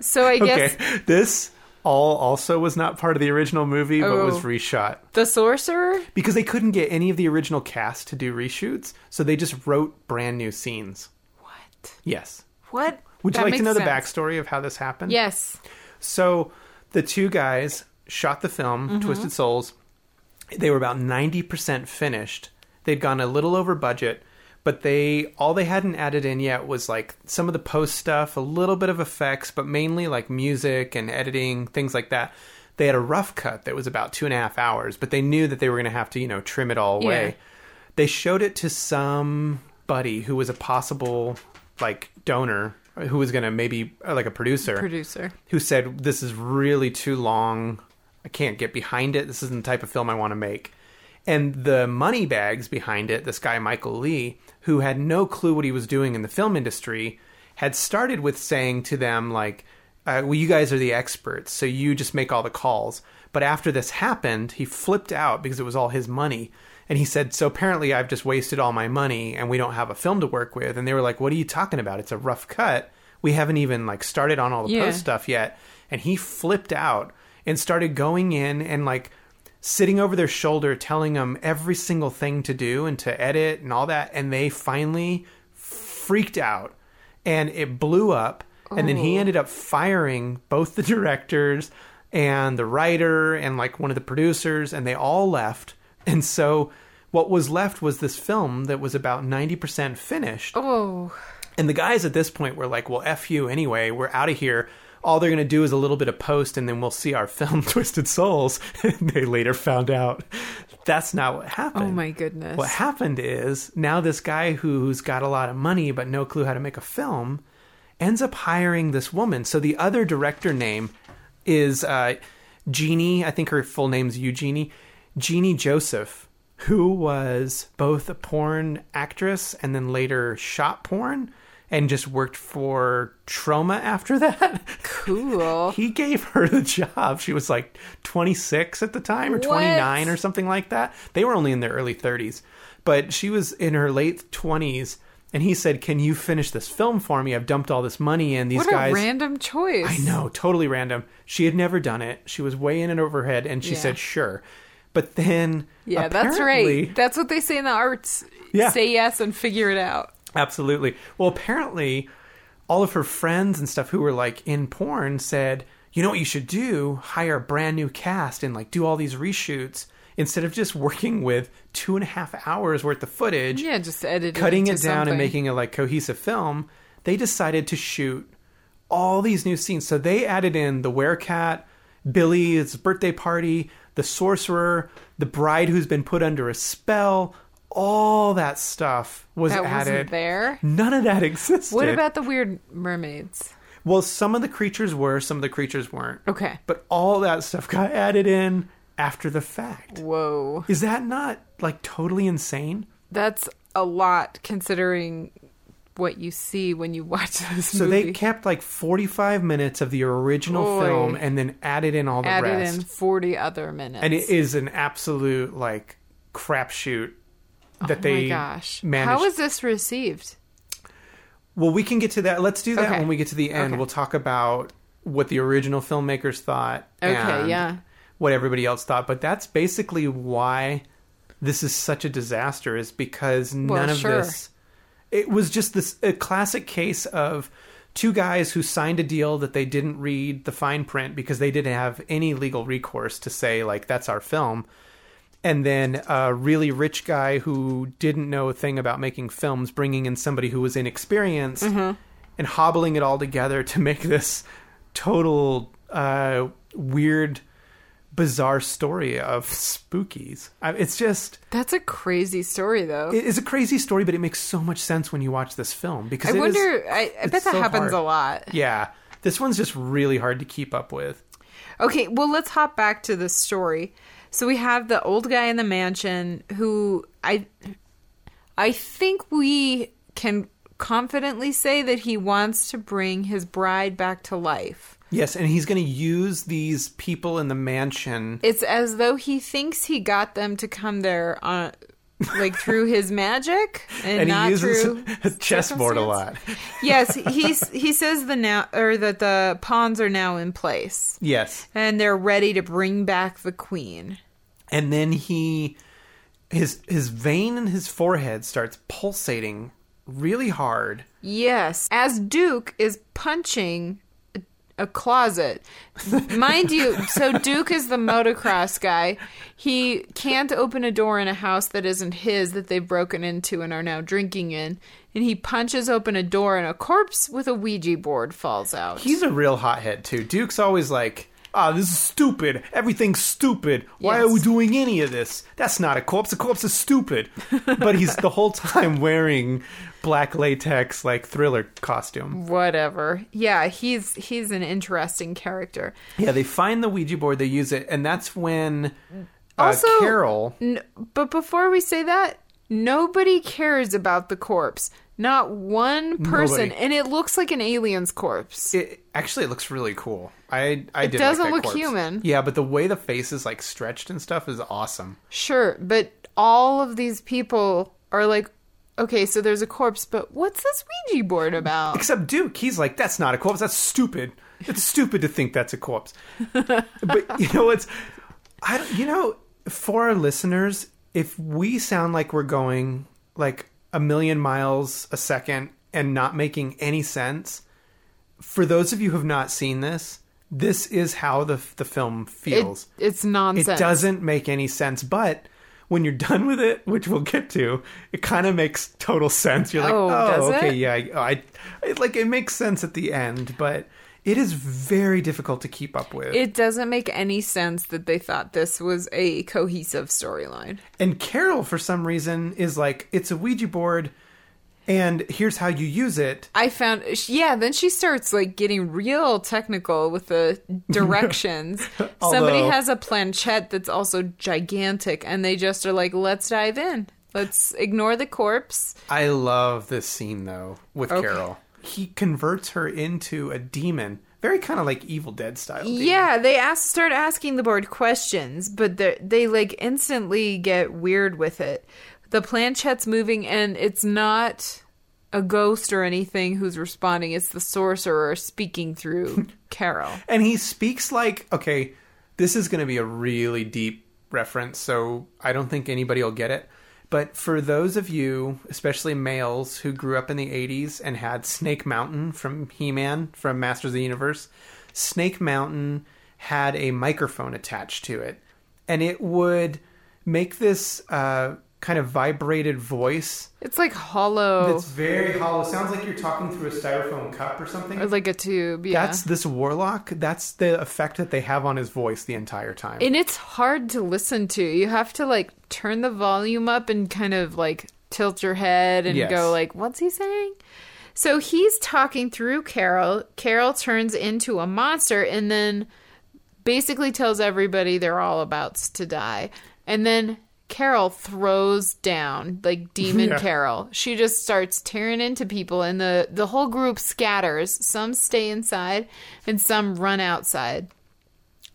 B: so I guess
A: Okay. This all also was not part of the original movie, but was
B: Oh.
A: reshot.
B: the sorcerer.
A: Because they couldn't get any of the original cast to do reshoots, so they just wrote brand new scenes.
B: What?
A: Yes.
B: What?
A: Would you
B: That
A: like to
B: makes
A: know the
B: sense.
A: backstory of how this happened?
B: Yes.
A: So the two guys shot the film, Twisted Souls. They were about 90% finished. They'd gone a little over budget, but they all they hadn't added in yet was like some of the post stuff, a little bit of effects, but mainly like music and editing, things like that. They had a rough cut that was about two and a half hours, but they knew that they were going to have to, you know, trim it all away.
B: Yeah.
A: They showed it to somebody who was a possible like donor who was going to maybe uh, like a producer
B: Producer.
A: who said this is really too long i can't get behind it this isn't the type of film i want to make and the money bags behind it this guy michael lee who had no clue what he was doing in the film industry had started with saying to them like uh, well you guys are the experts so you just make all the calls but after this happened he flipped out because it was all his money and he said so apparently i've just wasted all my money and we don't have a film to work with and they were like what are you talking about it's a rough cut we haven't even like started on all the
B: Yeah.
A: post stuff yet and he flipped out and started going in and like sitting over their shoulder telling them every single thing to do and to edit and all that and they finally freaked out and it blew up and then he ended up firing both the directors and the writer and like one of the producers and they all left and so what was left was this film that was about 90% finished
B: Oh.
A: and the guys at this point were like, well, F you anyway. We're out of here. All they're going to do is a little bit of post and then we'll see our film, Twisted Souls. they later found out that's not what happened.
B: Oh my goodness.
A: What happened is now this guy who, who's got a lot of money but no clue how to make a film ends up hiring this woman. So the other director name is uh, Jeannie. I think her full name's Eugenie. Jeannie Joseph, who was both a porn actress and then later shot porn and just worked for Trauma after that.
B: cool.
A: He gave her the job. She was like 26 at the time or 29 or something like that. They were only in their early 30s, but she was in her late 20s. And he said, Can you finish this film for me? I've dumped all this money in. These
B: What
A: guys.
B: a random choice.
A: I know, totally random. She had never done it. She was way in and over her head, and she
B: Yeah.
A: said, Sure. But then.
B: Yeah, that's
A: apparently-
B: right. That's what they say in the arts.
A: Yeah.
B: Say yes and figure it out.
A: Absolutely. Well, apparently, all of her friends and stuff who were like in porn said, you know what you should do? Hire a brand new cast and like do all these reshoots instead of just working with two and a half hours worth of footage,
B: Yeah, just edit
A: cutting it
B: into
A: down and
B: something.
A: making a like cohesive film. They decided to shoot all these new scenes. So they added in the werecat, Billy's birthday party, the sorcerer, the bride who's been put under a spell. All that stuff was
B: that
A: added.
B: wasn't there.
A: None of that existed.
B: What about the weird mermaids?
A: Well, some of the creatures were, some of the creatures weren't.
B: Okay.
A: But all that stuff got added in after the fact.
B: Whoa.
A: Is that not like totally insane?
B: That's a lot considering what you see when you watch this
A: So
B: movie.
A: they kept like 45 minutes of the original
B: Oy.
A: film and then added in all the
B: added
A: rest.
B: in 40 other minutes.
A: And it is an absolute like crapshoot that
B: oh
A: they
B: my gosh.
A: managed.
B: How was this received?
A: Well, we can get to that. Let's do that
B: Okay.
A: when we get to the end.
B: Okay.
A: We'll talk about what the original filmmakers thought.
B: Okay,
A: and
B: yeah.
A: What everybody else thought, but that's basically why this is such a disaster. Is because none of
B: sure.
A: this. It was just this a classic case of two guys who signed a deal that they didn't read the fine print because they didn't have any legal recourse to say like that's our film and then a really rich guy who didn't know a thing about making films, bringing in somebody who was inexperienced and hobbling it all together to make this total uh, weird, bizarre story of spookies. I, it's just
B: That's a crazy story, though.
A: it is a crazy story, but it makes so much sense when you watch this film because
B: I
A: it is-
B: wonder. I, I bet that
A: so
B: happens
A: hard.
B: a lot.
A: yeah, this one's just really hard to keep up with.
B: Okay, well, let's hop back to the story. So we have the old guy in the mansion who I I think we can confidently say that he wants to bring his bride back to life.
A: Yes, and he's going to use these people in the mansion.
B: It's as though he thinks he got them to come there on like through his magic and,
A: And
B: not
A: he uses
B: through
A: a chessboard a
B: circumstance.
A: lot.
B: yes, he's he says the now or that the pawns are now in place
A: Yes.
B: and they're ready to bring back the queen.
A: and then he his his vein in his forehead starts pulsating really hard
B: Yes, as Duke is punching a- a closet. Mind you, so Duke is the motocross guy. He can't open a door in a house that isn't his that they've broken into and are now drinking in. And he punches open a door and a corpse with a Ouija board falls out.
A: he's a real hothead too duke's always like ah this is stupid everything's stupid why
B: Yes.
A: are we doing any of this that's not a corpse a corpse is stupid but he's the whole time wearing black latex like thriller costume
B: Whatever. Yeah, he's he's an interesting character.
A: yeah they find the ouija board they use it and that's when uh,
B: Also-
A: carol
B: N- but before we say that, nobody cares about the corpse. Not one person,
A: Nobody.
B: and it looks like an alien's corpse.
A: it actually it looks really cool. I I it did
B: doesn't
A: like that
B: look
A: corpse.
B: human.
A: Yeah, but the way the face is like stretched and stuff is awesome.
B: Sure, but all of these people are like, okay, so there's a corpse, but what's this Ouija board about?
A: Except Duke, he's like, that's not a corpse. That's stupid. It's stupid to think that's a corpse. but you know what's? I don't, you know for our listeners, if we sound like we're going like a million miles a second and not making any sense, for those of you who have not seen this, this is how the the film feels.
B: It, it's
A: It
B: nonsense.
A: doesn't make any sense, but when you're done with it, which we'll get to, it kind of makes total sense. You're like,
B: Oh,
A: oh,
B: does
A: okay,
B: it?
A: yeah, I, I, it, like it makes sense at the end, but it is very difficult to keep up with.
B: It doesn't make any sense that they thought this was a cohesive storyline.
A: and Carol, for some reason, is like, it's a Ouija board, and here's how you use it.
B: I found, yeah, then she starts like getting real technical with the directions. Somebody
A: Although-
B: has a planchette that's also gigantic, and they just are like, let's dive in. Let's ignore the corpse.
A: I love this scene though with
B: Okay.
A: Carol. He converts her into a demon, very kind of like Evil Dead style. demon.
B: Yeah, they ask start asking the board questions, but they they like instantly get weird with it. The planchette's moving, and it's not a ghost or anything who's responding. It's the sorcerer speaking through Carol.
A: And he speaks like, okay, this is going to be a really deep reference, so I don't think anybody will get it. But for those of you, especially males who grew up in the 80s and had Snake Mountain from He Man, from Masters of the Universe, Snake Mountain had a microphone attached to it. And it would make this uh, kind of vibrated voice
B: It's like hollow,
A: that's very hollow. Sounds like you're talking through a styrofoam cup or something.
B: or like a tube. Yeah,
A: That's this warlock. That's the effect that they have on his voice the entire time.
B: and it's hard to listen to. You have to like turn the volume up and kind of like tilt your head and
A: Yes.
B: go like, "What's he saying?" So he's talking through Carol. Carol turns into a monster and then basically tells everybody they're all about to die. And then Carol throws down like demon
A: Yeah.
B: Carol. She just starts tearing into people and the the whole group scatters. Some stay inside and some run outside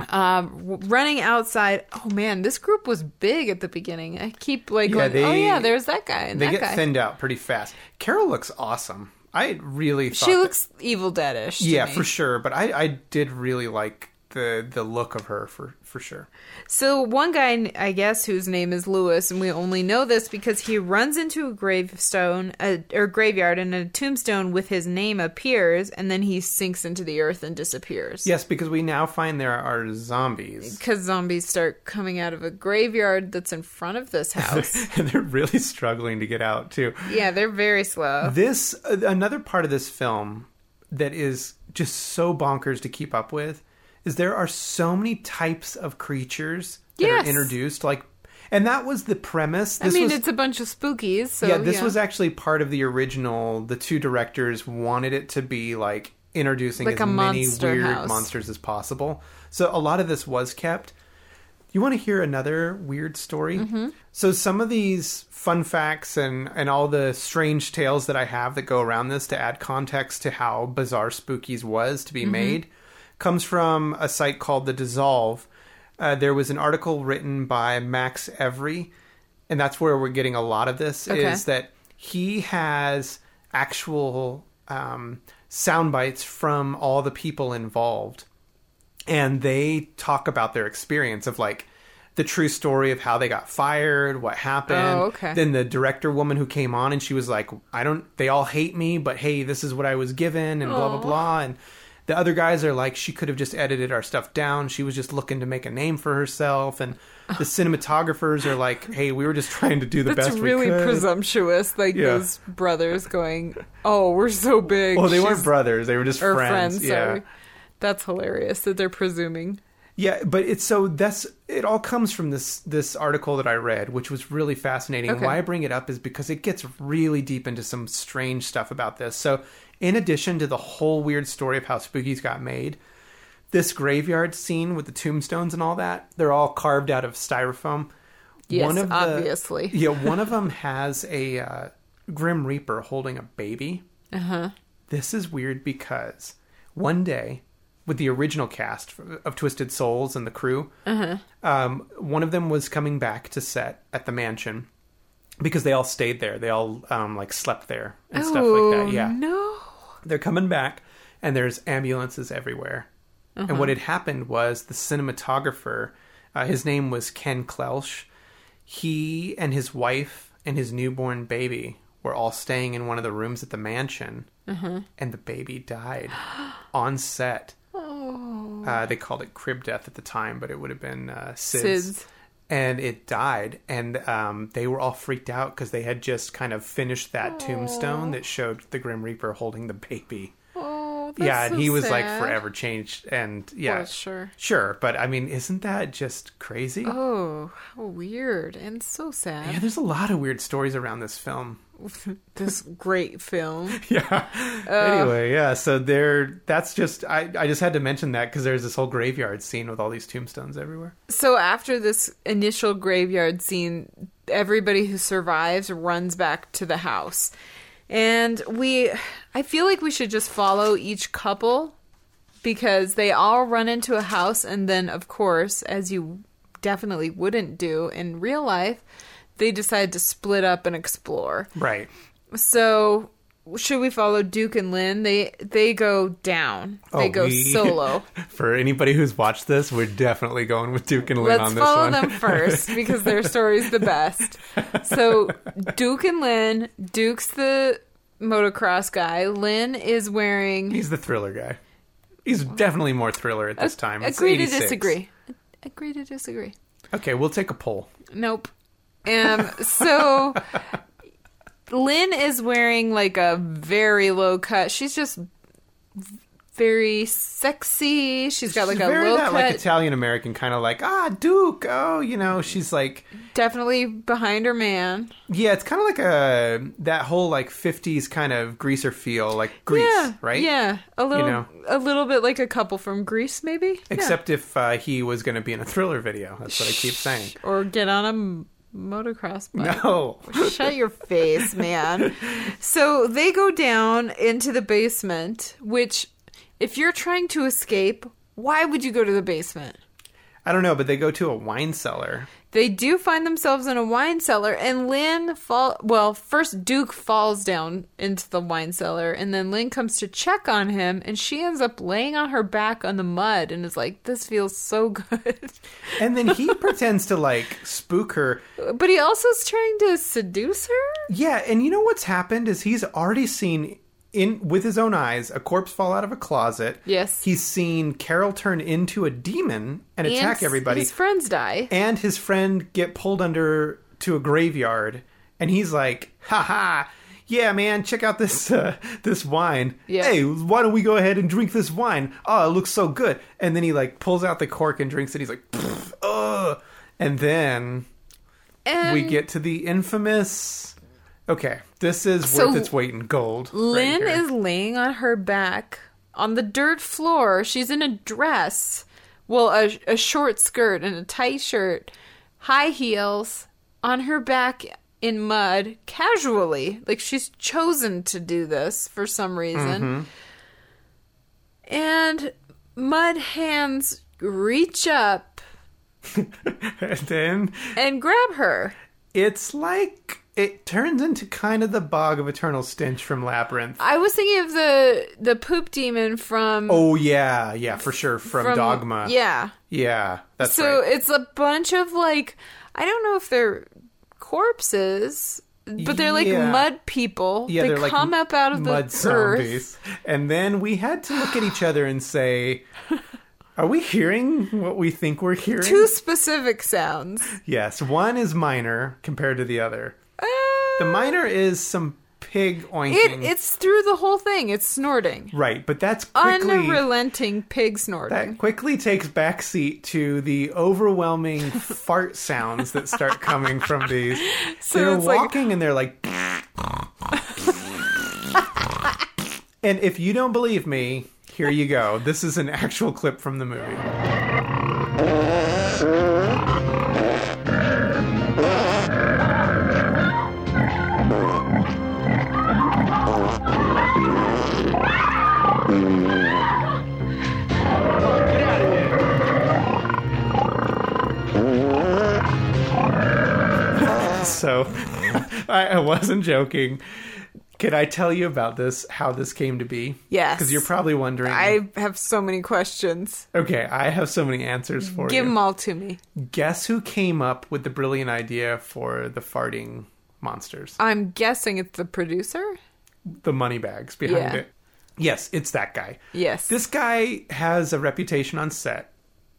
B: um, w- running outside. Oh man, this group was big at the beginning. I keep like,
A: Yeah,
B: going, oh
A: they-
B: yeah, there's that guy and
A: they
B: that
A: get
B: guy.
A: thinned out pretty fast. Carol looks awesome. I really thought
B: she
A: that-
B: looks Evil Deadish. to
A: yeah
B: me.
A: for sure. But I I did really like the the look of her for for sure.
B: So one guy, I guess, whose name is Lewis, and we only know this because he runs into a gravestone uh or graveyard, and a tombstone with his name appears, and then he sinks into the earth and disappears.
A: Yes, because we now find there are zombies.
B: Because zombies start coming out of a graveyard that's in front of this house.
A: and they're really struggling to get out too.
B: yeah, they're very slow.
A: This uh, another part of this film that is just so bonkers to keep up with is there are so many types of creatures that
B: Yes.
A: are introduced like and that was the premise
B: I
A: this
B: mean,
A: was
B: it's a bunch of spookies. So
A: yeah this was actually part of the original the two directors wanted it to be like introducing
B: Like
A: as
B: a
A: many
B: monster
A: weird
B: house.
A: monsters as possible so a lot of this was kept You want to hear another weird story? So some of these fun facts and and all the strange tales that I have that go around this to add context to how bizarre Spookies was to be made comes from a site called The Dissolve. Uh, there was an article written by Max Every, and that's where we're getting a lot of this
B: Okay.
A: is that he has actual um, sound bites from all the people involved and they talk about their experience of like the true story of how they got fired, what happened.
B: Oh, okay.
A: Then the director woman who came on and she was like, I don't, they all hate me, but hey, this is what I was given and blah, blah,
B: Aw.
A: blah. And the other guys are like, she could have just edited our stuff down. She was just looking to make a name for herself. And the cinematographers are like, hey, we were just trying to do the
B: That's
A: best
B: really
A: we could.
B: presumptuous. Like
A: Yeah.
B: those brothers going, "Oh, we're so big."
A: well, they
B: she's-
A: weren't brothers. They were just
B: or
A: friends.
B: friends.
A: yeah.
B: Sorry. That's hilarious that they're presuming.
A: Yeah, but it's so that's it all comes from this this article that I read, which was really fascinating. And
B: Okay.
A: Why I bring it up is because it gets really deep into some strange stuff about this. So, in addition to the whole weird story of how Spookies got made, this graveyard scene with the tombstones and all that, they're all carved out of styrofoam.
B: Yes,
A: the-
B: obviously.
A: yeah, one of them has a uh, Grim Reaper holding a baby.
B: Uh huh.
A: This is weird because one day, with the original cast of Twisted Souls and the crew, um, one of them was coming back to set at the mansion because they all stayed there. They all um, like slept there and stuff like
B: Oh,
A: that. Yeah,
B: No.
A: they're coming back, and there's ambulances everywhere. And what had happened was the cinematographer, uh, his name was Ken Klelsch. He and his wife and his newborn baby were all staying in one of the rooms at the mansion, and the baby died on set.
B: Oh.
A: Uh, they called it crib death at the time, but it would have been uh, SIDS.
B: SIDS.
A: And it died, and um, they were all freaked out because they had just kind of finished that tombstone that showed the Grim Reaper holding the baby.
B: Oh.
A: yeah,
B: that's
A: and
B: so
A: he was like
B: sad.
A: forever changed, and yeah,
B: Well, sure.
A: sure. But I mean, isn't that just crazy?
B: Oh, how weird and so sad.
A: Yeah, there's a lot of weird stories around this film.
B: this great film.
A: yeah. anyway, yeah. So there, that's just I. I just had to mention that because there's this whole graveyard scene with all these tombstones everywhere.
B: So after this initial graveyard scene, everybody who survives runs back to the house. And we I feel like we should just follow each couple because they all run into a house and then of course, as you definitely wouldn't do in real life, they decide to split up and explore.
A: Right.
B: So should we follow Duke and Lynn? They they go down. They
A: Oh,
B: go
A: we-
B: solo.
A: For anybody who's watched this, we're definitely going with Duke and Lynn
B: Let's
A: on this
B: follow
A: one.
B: them first because their story's the best. So Duke and Lynn, Duke's the motocross guy. Lynn is wearing.
A: He's the thriller guy. He's definitely more thriller at this time. It's
B: agree to
A: 86.
B: disagree. Agree to disagree.
A: Okay, we'll take a poll.
B: Nope. Um. So Lynn is wearing like a very low cut. She's just very sexy. She's got like
A: She's
B: a
A: very
B: low
A: that,
B: cut.
A: like Italian American kind of like ah Duke. Oh, you know, she's like
B: definitely behind her man.
A: yeah. It's kind of like a that whole like '50s kind of greaser feel, like Grease,
B: yeah,
A: right?
B: Yeah, a little,
A: know.
B: a little bit like a couple from Greece, maybe.
A: Except if uh, he was going to be in a thriller video. That's what I keep saying.
B: yeah. or get on a m- motocross bike.
A: No.
B: Shut your face, man. So they go down into the basement, which, if you're trying to escape, why would you go to the basement?
A: I don't know, but they go to a wine cellar.
B: They do find themselves in a wine cellar, and Lynn fall. Well, first Duke falls down into the wine cellar, and then Lynn comes to check on him, and she ends up laying on her back on the mud, and is like, "This feels so good."
A: And then he pretends to like spook her.
B: but he also is trying to seduce her.
A: Yeah, and you know what's happened is he's already seen in with his own eyes a corpse fall out of a closet.
B: Yes.
A: He's seen Carol turn into a demon and, attack
B: And
A: everybody
B: His friends die.
A: and his friend get pulled under to a graveyard and he's like, "Ha ha. Yeah, man, check out this uh, this wine.
B: Yeah.
A: Hey, why don't we go ahead and drink this wine? Oh, it looks so good." And then he like pulls out the cork and drinks it. He's like, "Pfft, "Ugh." And then
B: And
A: we get to the infamous. Okay, this is
B: So,
A: worth its weight in gold. right
B: Lynn
A: here.
B: is laying on her back on the dirt floor. She's in a dress well, a, a short skirt and a tight shirt, high heels, on her back in mud, casually. Like she's chosen to do this for some reason.
A: Mm-hmm.
B: And mud hands reach up
A: and then
B: and grab her.
A: it's like it turns into kind of the bog of eternal stench from Labyrinth.
B: I was thinking of the the poop demon from
A: Oh yeah, yeah, for sure from, Dogma.
B: Yeah.
A: Yeah, that's
B: So
A: right.
B: it's a bunch of like I don't know if they're corpses, but they're like
A: Yeah.
B: mud people.
A: Yeah,
B: they
A: are like
B: come up out of the
A: mud
B: earth.
A: zombies. And then we had to look at each other and say, "Are we hearing what we think we're hearing?"
B: Two specific sounds.
A: Yes, one is minor compared to the other.
B: Uh,
A: The minor is some pig
B: it
A: ointing,
B: it's through the whole thing. It's snorting.
A: right? But that's quickly
B: Unrelenting pig snorting.
A: That quickly takes backseat to the overwhelming fart sounds that start coming from these.
B: So
A: they're
B: it's like-
A: walking and they're like. and if you don't believe me, here you go. This is an actual clip from the movie. So I, I wasn't joking. Can I tell you about this? How this came to be?
B: Yes.
A: Because you're probably wondering.
B: I have so many questions.
A: okay, I have so many answers for
B: Give
A: you.
B: them all to me.
A: Guess who came up with the brilliant idea for the farting monsters?
B: I'm guessing it's the producer.
A: the money bags behind
B: Yeah.
A: it. Yes, it's that guy.
B: Yes.
A: This guy has a reputation on set.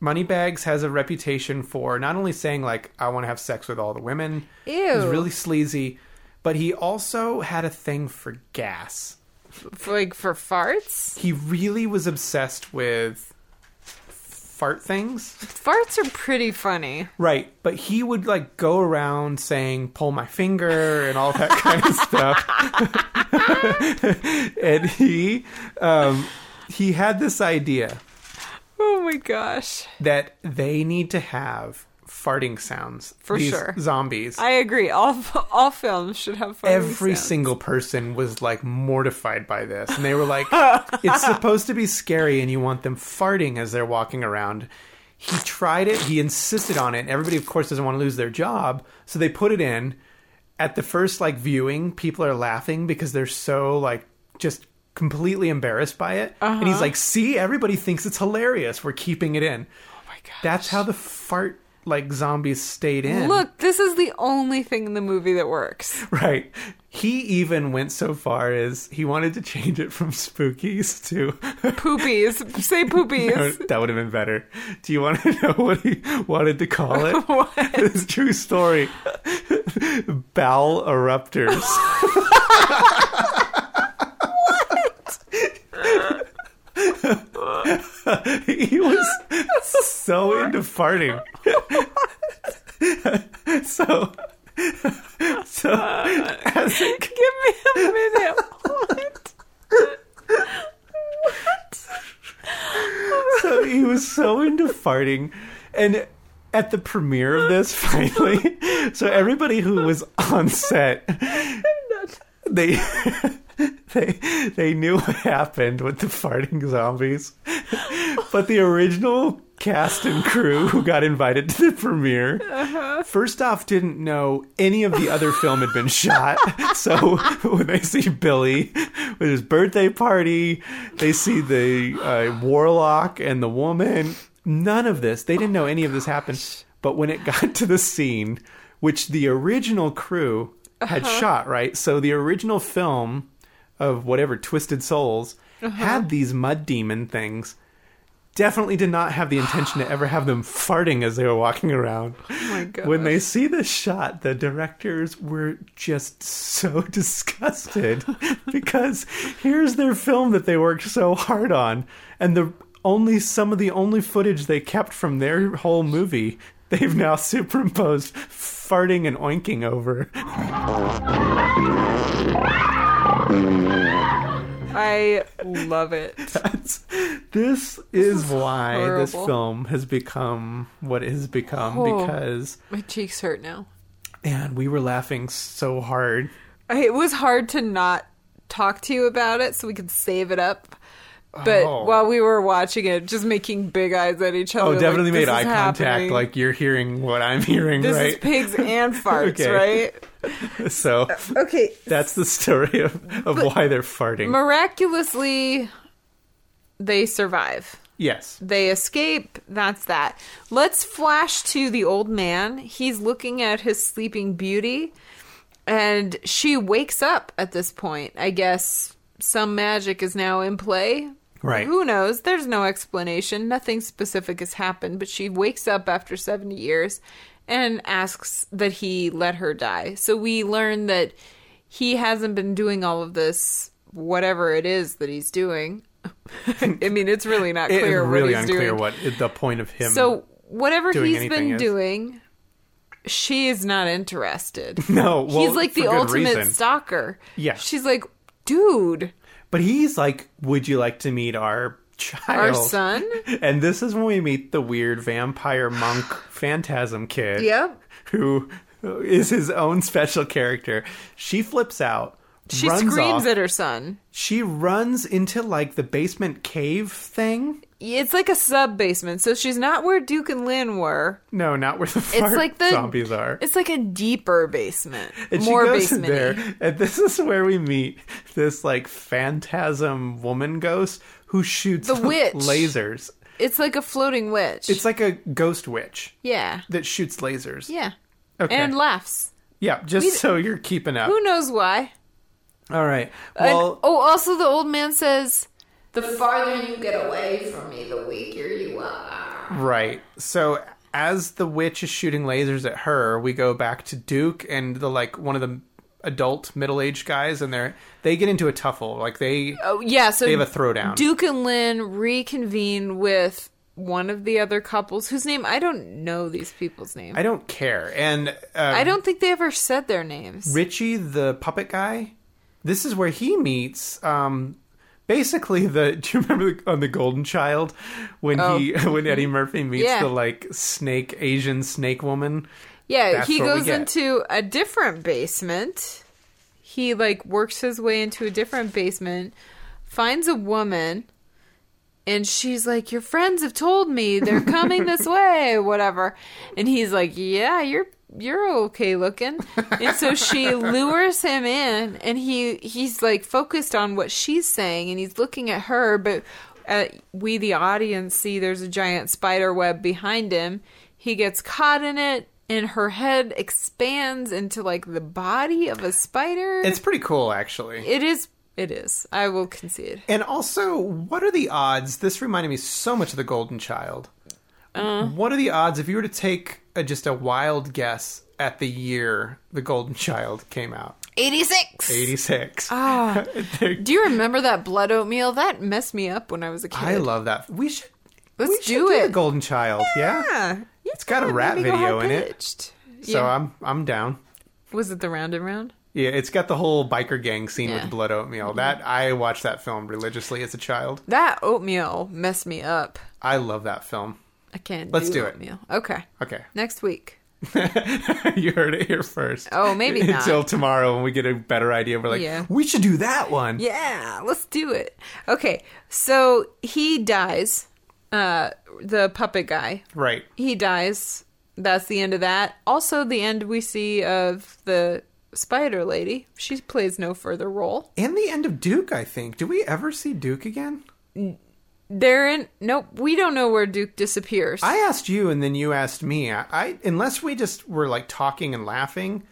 A: Moneybags has a reputation for not only saying like I want to have sex with all the women, he's
B: Ew.
A: really sleazy, but he also had a thing for gas.
B: F- like for farts.
A: He really was obsessed with fart things.
B: Farts are pretty funny.
A: Right, but he would like go around saying "pull my finger" and all that kind of stuff. and he um, he had this idea
B: Oh my gosh.
A: that they need to have farting sounds
B: For
A: these
B: sure.
A: Zombies.
B: I agree. All all films should have farting
A: Every
B: sounds.
A: single person was like mortified by this, and they were like, "It's supposed to be scary, and you want them farting as they're walking around." He tried it. He insisted on it. Everybody, of course, doesn't want to lose their job, so they put it in. At the first like viewing, people are laughing because they're so like just completely embarrassed by it. And he's like, "See, everybody thinks it's hilarious. We're keeping it in."
B: Oh my God.
A: That's how the fart like zombies stayed in.
B: Look, this is the only thing in the movie that works.
A: Right. He even went so far as he wanted to change it from spookies to
B: Poopies. Say poopies.
A: that would have been better. Do you want to know what he wanted to call it? It's a true story. Bowel eruptors. what? he was so into farting. so so as it
B: Give me a minute. What?
A: so he was so into farting and at the premiere of this finally so everybody who was on set they they they knew what happened with the farting zombies but the original cast and crew who got invited to the premiere first off didn't know any of the other film had been shot so when they see billy with his birthday party they see the uh, warlock and the woman none of this they didn't know any of this happened but when it got to the scene which the original crew had shot right so the original film of whatever twisted souls had these mud demon things definitely did not have the intention to ever have them farting as they were walking around.
B: Oh my God.
A: When they see this shot, the directors were just so disgusted because here's their film that they worked so hard on, and the only some of the only footage they kept from their whole movie. They've now superimposed farting and oinking over.
B: I love it.
A: That's, this is why this
B: horrible.
A: film has become what it has become
B: Oh.
A: because
B: My cheeks hurt now.
A: and we were laughing so hard.
B: I- It was hard to not talk to you about it so we could save it up. But
A: Oh.
B: while we were watching it, just making big eyes at each other.
A: Oh,
B: like,
A: definitely
B: "This is
A: made eye contact.
B: happening.
A: Like you're hearing what I'm hearing,
B: this is
A: right?
B: pigs and farts,
A: Okay.
B: right?
A: so
B: Okay.
A: that's the story of, of why they're farting.
B: Miraculously, they survive.
A: yes.
B: They escape. That's that. Let's flash to the old man. He's looking at his sleeping beauty, and she wakes up at this point. I guess some magic is now in play.
A: Right.
B: Who knows? There's no explanation. Nothing specific has happened, but she wakes up after 70 years and asks that he let her die. So we learn that he hasn't been doing all of this, whatever it is that he's doing. I mean, it's really not
A: It is
B: clear
A: really
B: what he's
A: unclear
B: doing.
A: what the point of him.
B: so whatever
A: doing
B: he's been
A: anything is.
B: doing, she is not interested.
A: no, well,
B: he's like
A: for
B: the
A: good
B: ultimate
A: reason.
B: stalker.
A: Yeah.
B: She's like, dude,
A: But he's like, "Would you like to meet our
B: our
A: child,
B: son?
A: And this is when we meet the weird vampire monk phantasm kid.
B: Yep.
A: Who is his own special character. She flips out.
B: She
A: runs
B: screams
A: off.
B: at her son.
A: She runs into like the basement cave thing.
B: It's like a sub basement, so she's not where Duke and Lynn were.
A: No, not where the
B: It's
A: fart
B: like the
A: zombies are.
B: It's like a deeper basement,
A: and
B: more
A: she goes in
B: basement.
A: there, and this is where we meet this like phantasm woman ghost who shoots
B: The witch.
A: lasers.
B: It's like a floating witch.
A: It's like a ghost witch
B: yeah,
A: that shoots lasers.
B: yeah,
A: Okay.
B: and laughs.
A: yeah, just so you're keeping up.
B: Who knows why?
A: All right.
B: And-
A: Well,
B: oh, also the old man says, "The farther you get away from me, the weaker you are."
A: Right. So as the witch is shooting lasers at her, we go back to Duke and the like one of the adult middle-aged guys and they're they get into a tuffle. Like they
B: Oh, yeah. So
A: they have a throwdown.
B: Duke and Lynn reconvene with one of the other couples, whose name I don't know. These people's name.
A: I don't care. And uh,
B: I don't think they ever said their names.
A: Richie the puppet guy, this is where he meets um basically the do you remember the, on the Golden Child when he when Eddie Murphy meets
B: Oh. Yeah.
A: the like snake Asian snake woman?
B: Yeah,
A: That's
B: he
A: what we
B: goes
A: get.
B: into a different basement. He like works his way into a different basement, finds a woman, and she's like, "Your friends have told me they're coming this way, whatever." And he's like, "Yeah, you're you're okay looking." And so she lures him in, and he he's like focused on what she's saying, and he's looking at her, but uh, we the audience see there's a giant spider web behind him. He gets caught in it. And her head expands into like the body of a spider.
A: It's pretty cool actually.
B: it is. It is. I will concede.
A: And also, what are the odds? This reminded me so much of The Golden Child.
B: Uh.
A: What are the odds if you were to take a, just a wild guess at the year The Golden Child came out?
B: Eighty six.
A: 86.
B: Ah. Do you remember that blood oatmeal? That messed me up when I was a kid.
A: I love that. We should
B: Oh, Let's
A: we should
B: do
A: do
B: it.
A: The Golden Child, yeah?
B: Yeah.
A: It's got a rap
B: Made me go
A: video in it.
B: high-pitched.
A: So
B: yeah.
A: I'm I'm down.
B: was it the round and round?
A: Yeah, it's got the whole biker gang scene
B: Yeah.
A: with blood oatmeal. That I watched that film religiously as a child.
B: That oatmeal messed me up.
A: I love that film.
B: I can't.
A: Let's do it.
B: oatmeal. Okay.
A: Okay.
B: Next week.
A: you heard it here first.
B: Oh, maybe not.
A: Until tomorrow when we get a better idea. We're like,
B: Yeah.
A: we should do that one.
B: Yeah, let's do it. Okay. So he dies. Uh, the puppet guy.
A: Right.
B: He dies. That's the end of that. Also, the end we see of the spider lady. She plays no further role.
A: And the end of Duke, I think. Do we ever see Duke again?
B: They're in. Nope, we don't know where Duke disappears.
A: I asked you and then you asked me. I, I unless we just were like talking and laughing,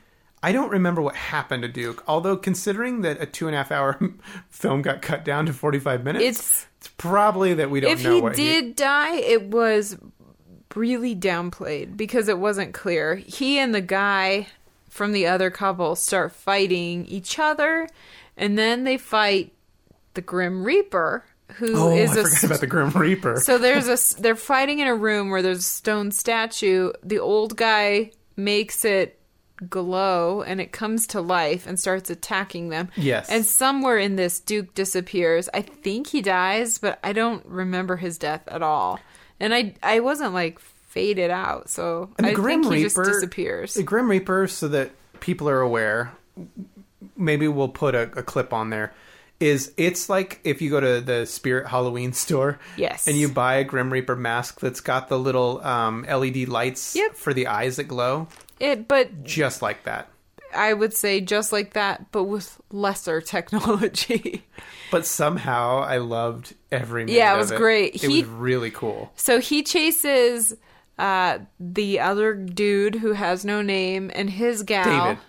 A: I don't remember what happened to Duke. Although considering that a two and a half hour film got cut down to forty five minutes,
B: It's-
A: probably that we don't
B: if
A: know
B: he
A: what
B: did die, it was really downplayed because it wasn't clear. He and the guy from the other couple start fighting each other, and then they fight the Grim Reaper, who is
A: Oh, I
B: a
A: forgot about the Grim Reaper.
B: So there's a s- they're fighting in a room where there's a stone statue. The old guy makes it glow and it comes to life and starts attacking them.
A: Yes.
B: And somewhere in this, Duke disappears. I think he dies, but I don't remember his death at all. And I I wasn't like faded out, so
A: And the
B: I
A: Grim
B: think he
A: Reaper
B: just disappears.
A: The Grim Reaper, so that people are aware, maybe we'll put a, a clip on there. Is it's like if you go to the Spirit Halloween store,
B: Yes.
A: and you buy a Grim Reaper mask that's got the little um, LED lights
B: Yep.
A: for the eyes that glow,
B: It, but
A: just like that.
B: I would say just like that, but with lesser technology.
A: But somehow I loved every minute.
B: Yeah, it
A: of
B: was great.
A: It
B: He-
A: was really cool.
B: So he chases uh, the other dude who has no name and his gal,
A: David.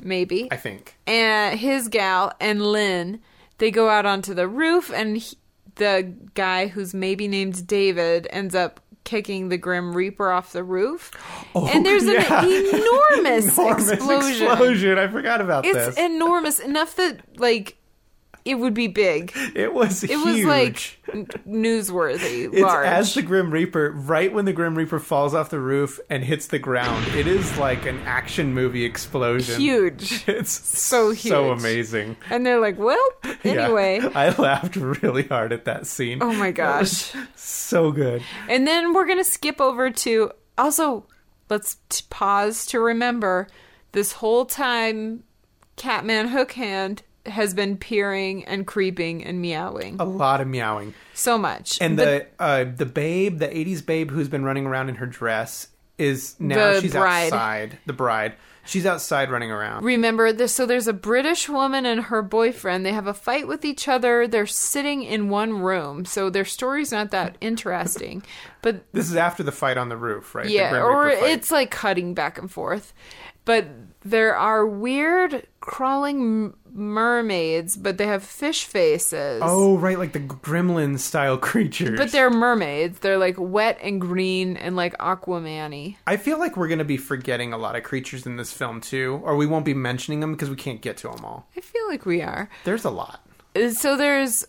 B: maybe,
A: I think.
B: and his gal and Lynn. They go out onto the roof, and he, the guy who's maybe named David ends up kicking the Grim Reaper off the roof. and there's
A: Oh, yeah.
B: an enormous,
A: Enormous
B: explosion.
A: explosion. I forgot about
B: It's
A: this.
B: enormous enough that like it would be big.
A: It was
B: It
A: huge.
B: was like n- newsworthy,
A: It's
B: large.
A: as the Grim Reaper, right when the Grim Reaper falls off the roof and hits the ground, it is like an action movie explosion.
B: huge.
A: It's
B: So
A: So
B: huge.
A: amazing.
B: And they're like, well,
A: Yeah.
B: anyway.
A: I laughed really hard at that scene.
B: Oh my gosh.
A: So good.
B: And then we're going to skip over to also, let's t- pause to remember this whole time Catman Hookhand has been peering and creeping and meowing
A: A lot of meowing.
B: so much.
A: Oh. And the uh, the babe, the '80s babe who's been running around in her dress, is now
B: The
A: she's
B: bride.
A: outside. The bride, she's outside running around.
B: Remember this so there's a British woman and her boyfriend. They have a fight with each other. They're sitting in one room. So their story's not that interesting. But
A: This is after the fight on the roof, right? The
B: yeah,
A: Grim
B: or
A: Reaper fight.
B: it's like cutting back and forth. But there are weird crawling m- mermaids, but they have fish faces.
A: oh right, like the gremlin style creatures.
B: But they're mermaids. They're like wet and green and like Aquaman-y.
A: I feel like we're going to be forgetting a lot of creatures in this film too, or we won't be mentioning them because we can't get to them all.
B: I feel like we are.
A: There's a lot.
B: so there's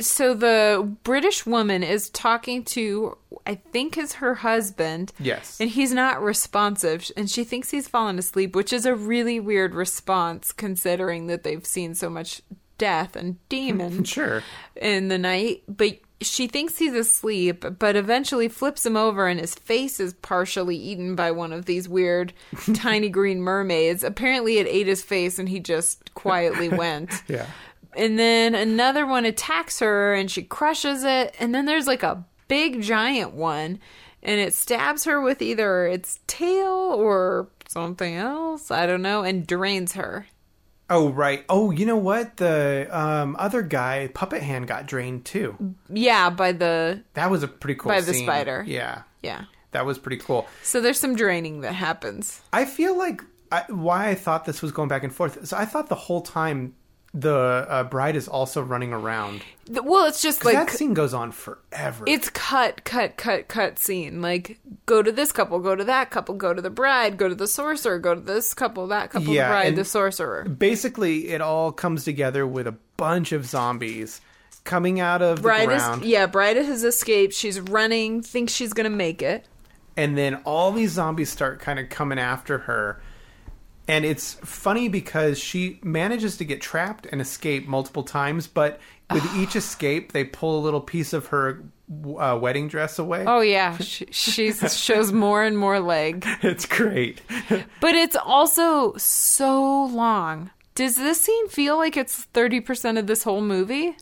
B: so the british woman is talking to i think is her husband
A: Yes.
B: and he's not responsive and she thinks he's fallen asleep which is a really weird response considering that they've seen so much death and demons
A: Sure.
B: in the night but she thinks he's asleep but eventually flips him over and his face is partially eaten by one of these weird tiny green mermaids apparently it ate his face and he just quietly went
A: Yeah.
B: and then another one attacks her and she crushes it. And then there's like a big giant one and it stabs her with either its tail or something else. I don't know. And drains her.
A: Oh right. Oh, you know what? The um, other guy, Puppet Hand, got drained too.
B: Yeah, by the.
A: That was a pretty cool
B: By the
A: scene.
B: spider.
A: Yeah.
B: Yeah.
A: That was pretty cool.
B: So there's some draining that happens.
A: I feel like I, why I thought this was going back and forth. So I thought the whole time the uh, bride is also running around.
B: The- Well, it's just like.
A: that scene goes on forever.
B: It's cut, cut, cut, cut scene. Like, go to this couple, go to that couple, go to the bride, go to the sorcerer, go to this couple, that couple,
A: Yeah,
B: the bride,
A: and-
B: the sorcerer.
A: basically it all comes together with a bunch of zombies coming out of the
B: Bride
A: ground,
B: is yeah. Bride has escaped. She's running. Thinks she's gonna make it.
A: and then all these zombies start kind of coming after her. And it's funny because she manages to get trapped and escape multiple times, but with each escape, they pull a little piece of her uh, wedding dress away.
B: Oh yeah, she she's, shows more and more leg,
A: It's great.
B: but it's also so long. Does this scene feel like it's thirty percent of this whole movie?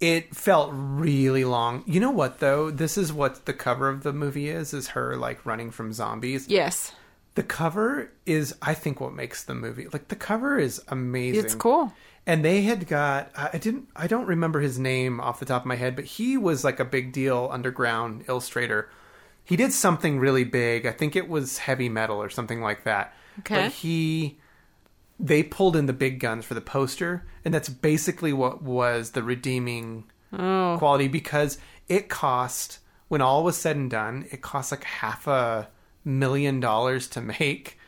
A: it felt really long you know what though this is what the cover of the movie is is her like running from zombies
B: Yes,
A: the cover is i think what makes the movie like the cover is amazing
B: it's cool.
A: and they had got i I didn't i don't remember his name off the top of my head but he was like a big deal underground illustrator he did something really big i think it was heavy metal or something like that
B: Okay.
A: but he they pulled in the big guns for the poster and that's basically what was the redeeming
B: Oh.
A: quality because it cost when all was said and done it cost like half a million dollars to make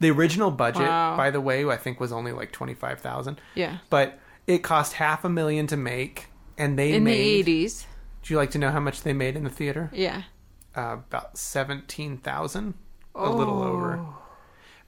A: the original budget
B: Wow.
A: by the way i think was only like 25000
B: Yeah.
A: but it cost half a million to make and they
B: In
A: made
B: the eighties,
A: do you like to know how much they made in the theater
B: yeah. Oh.
A: uh, about 17,000, a little over.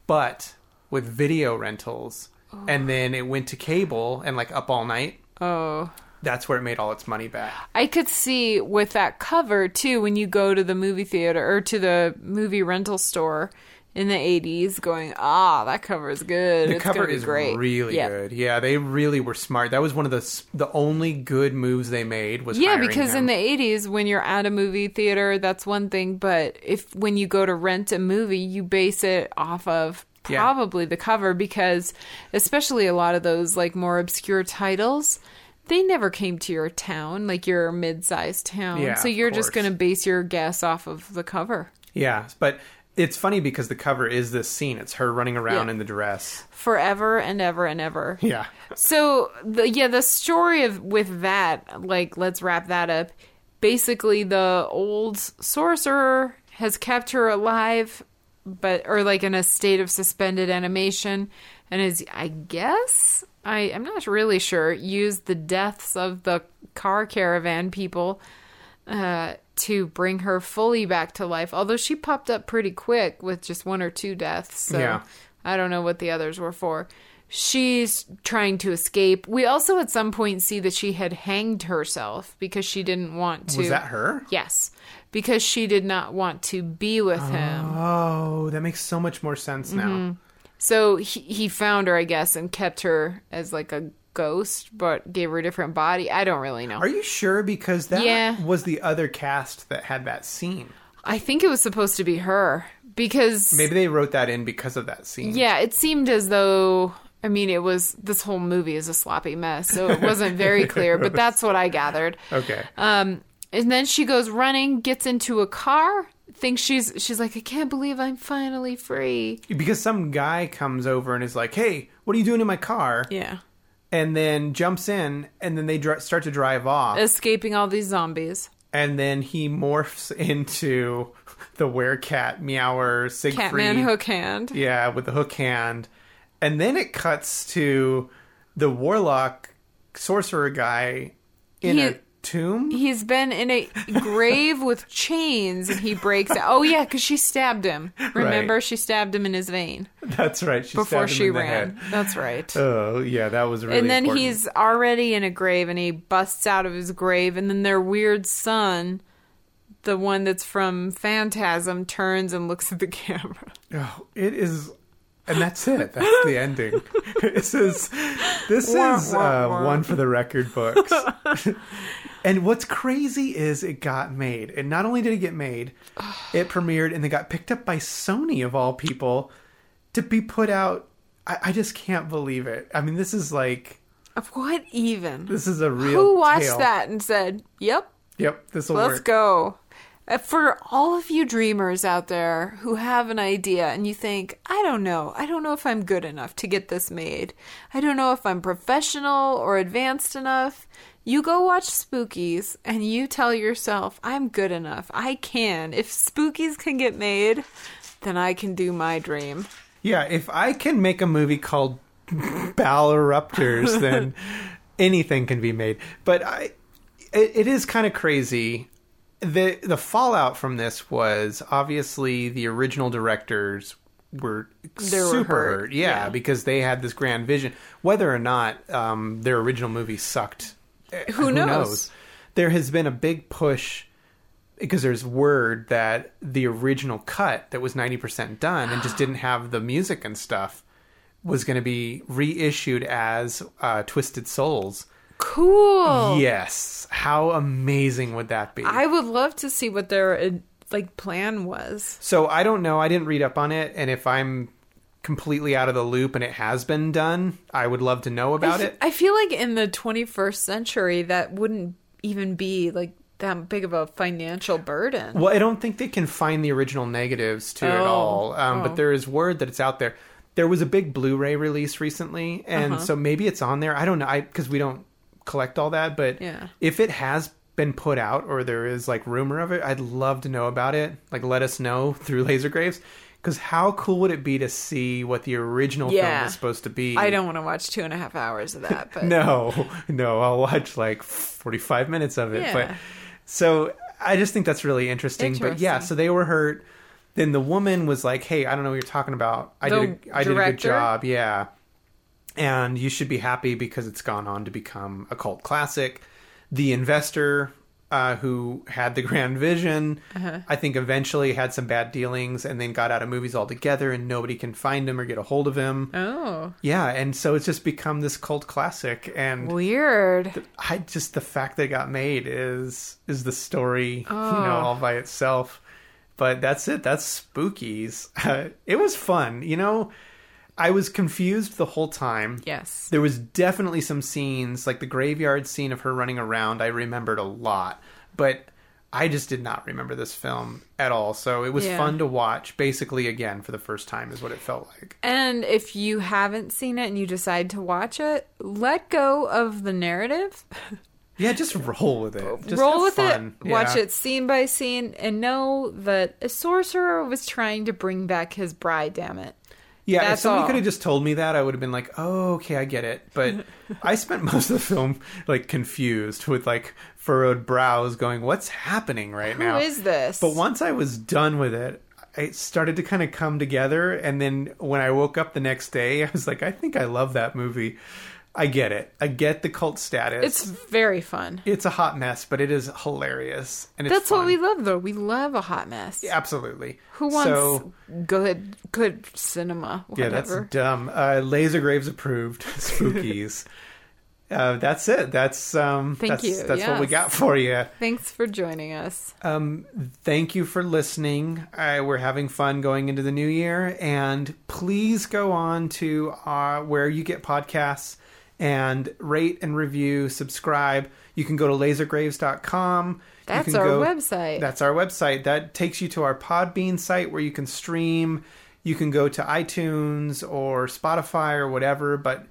A: but with video rentals. And then it went to cable and like up all night.
B: Oh.
A: That's where it made all its money back.
B: I could see with that cover too when you go to the movie theater or to the movie rental store in the 80s going, "Ah, that cover is good.
A: The
B: It's
A: cover
B: gonna be
A: is
B: great."
A: really
B: yeah.
A: good. Yeah, they really were smart. That was one of the s- the only good moves they made was
B: Yeah,
A: hiring
B: because in
A: him.
B: the 80s when you're at a movie theater, that's one thing, but if when you go to rent a movie, you base it off of
A: Yeah.
B: probably the cover because especially a lot of those like more obscure titles, they never came to your town, like your mid-sized town.
A: Yeah,
B: so
A: of
B: you're just
A: course.
B: going to base your guess off of the cover.
A: yeah, but it's funny because the cover is this scene. It's her running around
B: Yeah.
A: in the dress.
B: forever and ever and ever.
A: Yeah,
B: So the yeah, the story of with that, like let's wrap that up. Basically the old sorcerer has kept her alive but or like in a state of suspended animation and is I guess I, I'm not really sure, used the deaths of the car caravan people uh to bring her fully back to life. Although she popped up pretty quick with just one or two deaths. So
A: Yeah.
B: I don't know what the others were for. She's trying to escape. We also at some point see that she had hanged herself because she didn't want to.
A: was that her?
B: Yes. Because she did not want to be with him.
A: Oh, that makes so much more sense
B: Mm-hmm.
A: now.
B: So he, he found her, I guess, and kept her as like a ghost, but gave her a different body. I don't really know.
A: Are you sure? Because that
B: Yeah.
A: was the other cast that had that scene.
B: I think it was supposed to be her because.
A: Maybe they wrote that in because of that scene.
B: Yeah, it seemed as though I mean it was this whole movie is a sloppy mess, so it wasn't very clear, but that's what I gathered.
A: Okay.
B: Um and then she goes running, gets into a car, thinks she's she's like, I can't believe I'm finally free.
A: because some guy comes over and is like, "Hey, what are you doing in my car?"
B: Yeah.
A: And then jumps in, and then they dr- start to drive off,
B: Escaping all these zombies.
A: and then he morphs into the werecat meower Siegfried.
B: Catman hook hand.
A: Yeah, with the hook hand, and then it cuts to the warlock sorcerer guy in
B: He-
A: a tomb.
B: He's been in a grave with chains and he breaks out. Oh yeah, cuz she stabbed him. Remember she stabbed him in his vein
A: That's right. She
B: before
A: stabbed him
B: she
A: in the
B: ran.
A: head.
B: That's right.
A: Oh yeah, that was really.
B: and then
A: important.
B: he's already in a grave and he busts out of his grave and then their weird son the one that's from phantasm turns and looks at the camera
A: Oh, it is, and that's it. That's the ending. this is this
B: Wah,
A: is
B: wah,
A: uh,
B: wah.
A: one for the record books. and what's crazy is it got made. And not only did it get made, it premiered and it got picked up by Sony of all people to be put out. I, I just can't believe it. I mean, this is like
B: Of what even
A: this is a real.
B: who watched
A: tale.
B: that and said yep
A: Yep, this will
B: let's
A: work.
B: go Uh, for all of you dreamers out there who have an idea and you think i don't know i don't know if i'm good enough to get this made i don't know if i'm professional or advanced enough you go watch spookies and you tell yourself i'm good enough i can if spookies can get made then i can do my dream
A: Yeah, if I can make a movie called Balleruptors, then anything can be made. But I, it, it is kind of crazy. the The fallout from this was obviously the original directors were
B: were
A: super
B: hurt,
A: hurt. Yeah,
B: yeah.
A: because they had this grand vision. Whether or not um, their original movie sucked, eh,
B: Who knows?
A: There has been a big push because there's word that the original cut that was 90% done and just didn't have the music and stuff was going to be reissued as uh, Twisted Souls.
B: cool
A: Yes. How amazing would that be?
B: Oh. i would love to see what their uh, like plan was
A: so I don't know. I didn't read up on it. And if I'm completely out of the loop and it has been done, I would love to know about
B: I
A: it.
B: f- I feel like in the 21st century, that wouldn't even be like that big of a financial burden.
A: Well, I don't think they can find the original negatives to it
B: Oh.
A: all, um,
B: Oh.
A: but there is word that it's out there. There was a big Blu-ray release recently,
B: Uh-huh.
A: and so maybe it's on there. I don't know, I because we don't collect all that, but
B: Yeah.
A: if it has been put out or there is like rumor of it, I'd love to know about it. Like, let us know through Laser Graves, because how cool would it be to see what the original film
B: Yeah.
A: was supposed to be?
B: I don't want to watch two and a half hours of that, but
A: No, no, I'll watch like 45 minutes of it.
B: Yeah.
A: But so I just think that's really interesting. But yeah,
B: Interesting.
A: so they were hurt. Then the woman was like, "Hey, I don't know what you're talking about. I
B: The
A: did a, I did a good
B: director?
A: job, yeah, and you should be happy because it's gone on to become a cult classic." The investor uh, who had the grand vision,
B: Uh-huh.
A: I think, eventually had some bad dealings and then got out of movies altogether, and nobody can find him or get a hold of him.
B: Oh,
A: Yeah, and so it's just become this cult classic, and
B: weird.
A: I just the fact that it got made is is the story, you know,
B: Oh.
A: all by itself. But that's it. That's spookies. it was fun, you know. I was confused the whole time.
B: Yes.
A: There was definitely some scenes, like the graveyard scene of her running around. I remembered a lot, but I just did not remember this film at all. So it was
B: Yeah.
A: fun to watch, basically again for the first time, is what it felt like.
B: And if you haven't seen it and you decide to watch it, let go of the narrative.
A: Yeah, just roll with it. Just have
B: Roll with
A: fun.
B: it. Watch
A: Yeah.
B: it scene by scene and know that a sorcerer was trying to bring back his bride, damn it.
A: Yeah, if
B: That's
A: somebody
B: all.
A: could have just told me that, I would have been like, "Oh, okay, I get it." But I spent most of the film like confused with like furrowed brows, going, "What's happening right now?"
B: Who is this?
A: But once I was done with it, it started to kind of come together. And then when I woke up the next day, I was like, "I think I love that movie. I get it. I get the cult status.
B: it's very fun.
A: it's a hot mess, but it is hilarious, and it's
B: That's what
A: fun.
B: we love, though. We love a hot mess.
A: absolutely.
B: Who wants
A: So-
B: good good cinema?
A: Yeah,
B: Whatever.
A: that's dumb. Uh, Laser Graves approved. Spookies. uh, that's it. That's um.
B: Thank
A: that's,
B: you.
A: That's what we
B: Yes.
A: got for you.
B: Thanks for joining us.
A: Um, thank you for listening. Uh, we're having fun going into the new year, and please go on to uh, where you get podcasts and rate and review, subscribe. You can go to lasergraves.com.
B: That's
A: you can
B: our
A: go,
B: website.
A: That's our website. That takes you to our Podbean site where you can stream. You can go to iTunes or Spotify or whatever, but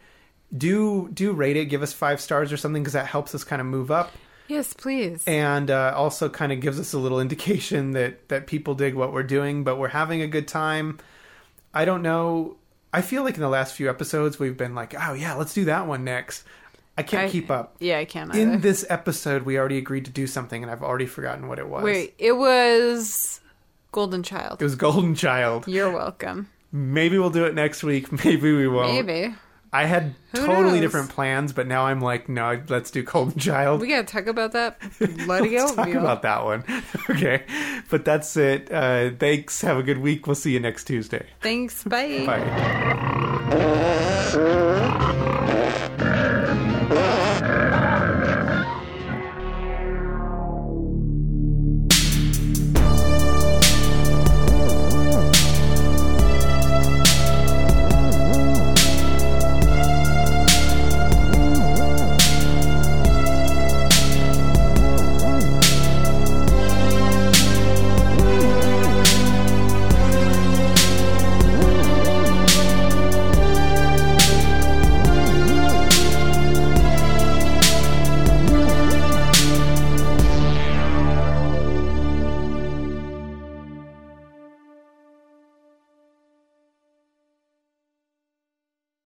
A: do do rate it. Give us five stars or something because that helps us kind of move up
B: Yes, please.
A: and uh, also kind of gives us a little indication that that people dig what we're doing, but we're having a good time. I don't know. I feel like in the last few episodes we've been like, oh yeah, let's do that one next. I can't
B: I-
A: keep up.
B: yeah, I can't.
A: In
B: either.
A: this episode, we already agreed to do something, and I've already forgotten what it was.
B: Wait, it was Golden
A: It
B: Child.
A: was Golden Child.
B: You're welcome.
A: Maybe we'll do it next week. Maybe we won't.
B: Maybe
A: I had
B: Who
A: totally
B: knows?
A: different plans, but now I'm like, no, let's do Golden Child.
B: we gotta talk about that. Bloody
A: Let's talk
B: oatmeal.
A: about that one. okay. But that's it. Uh, thanks. Have a good week. We'll see you next Tuesday.
B: Thanks.
A: Bye.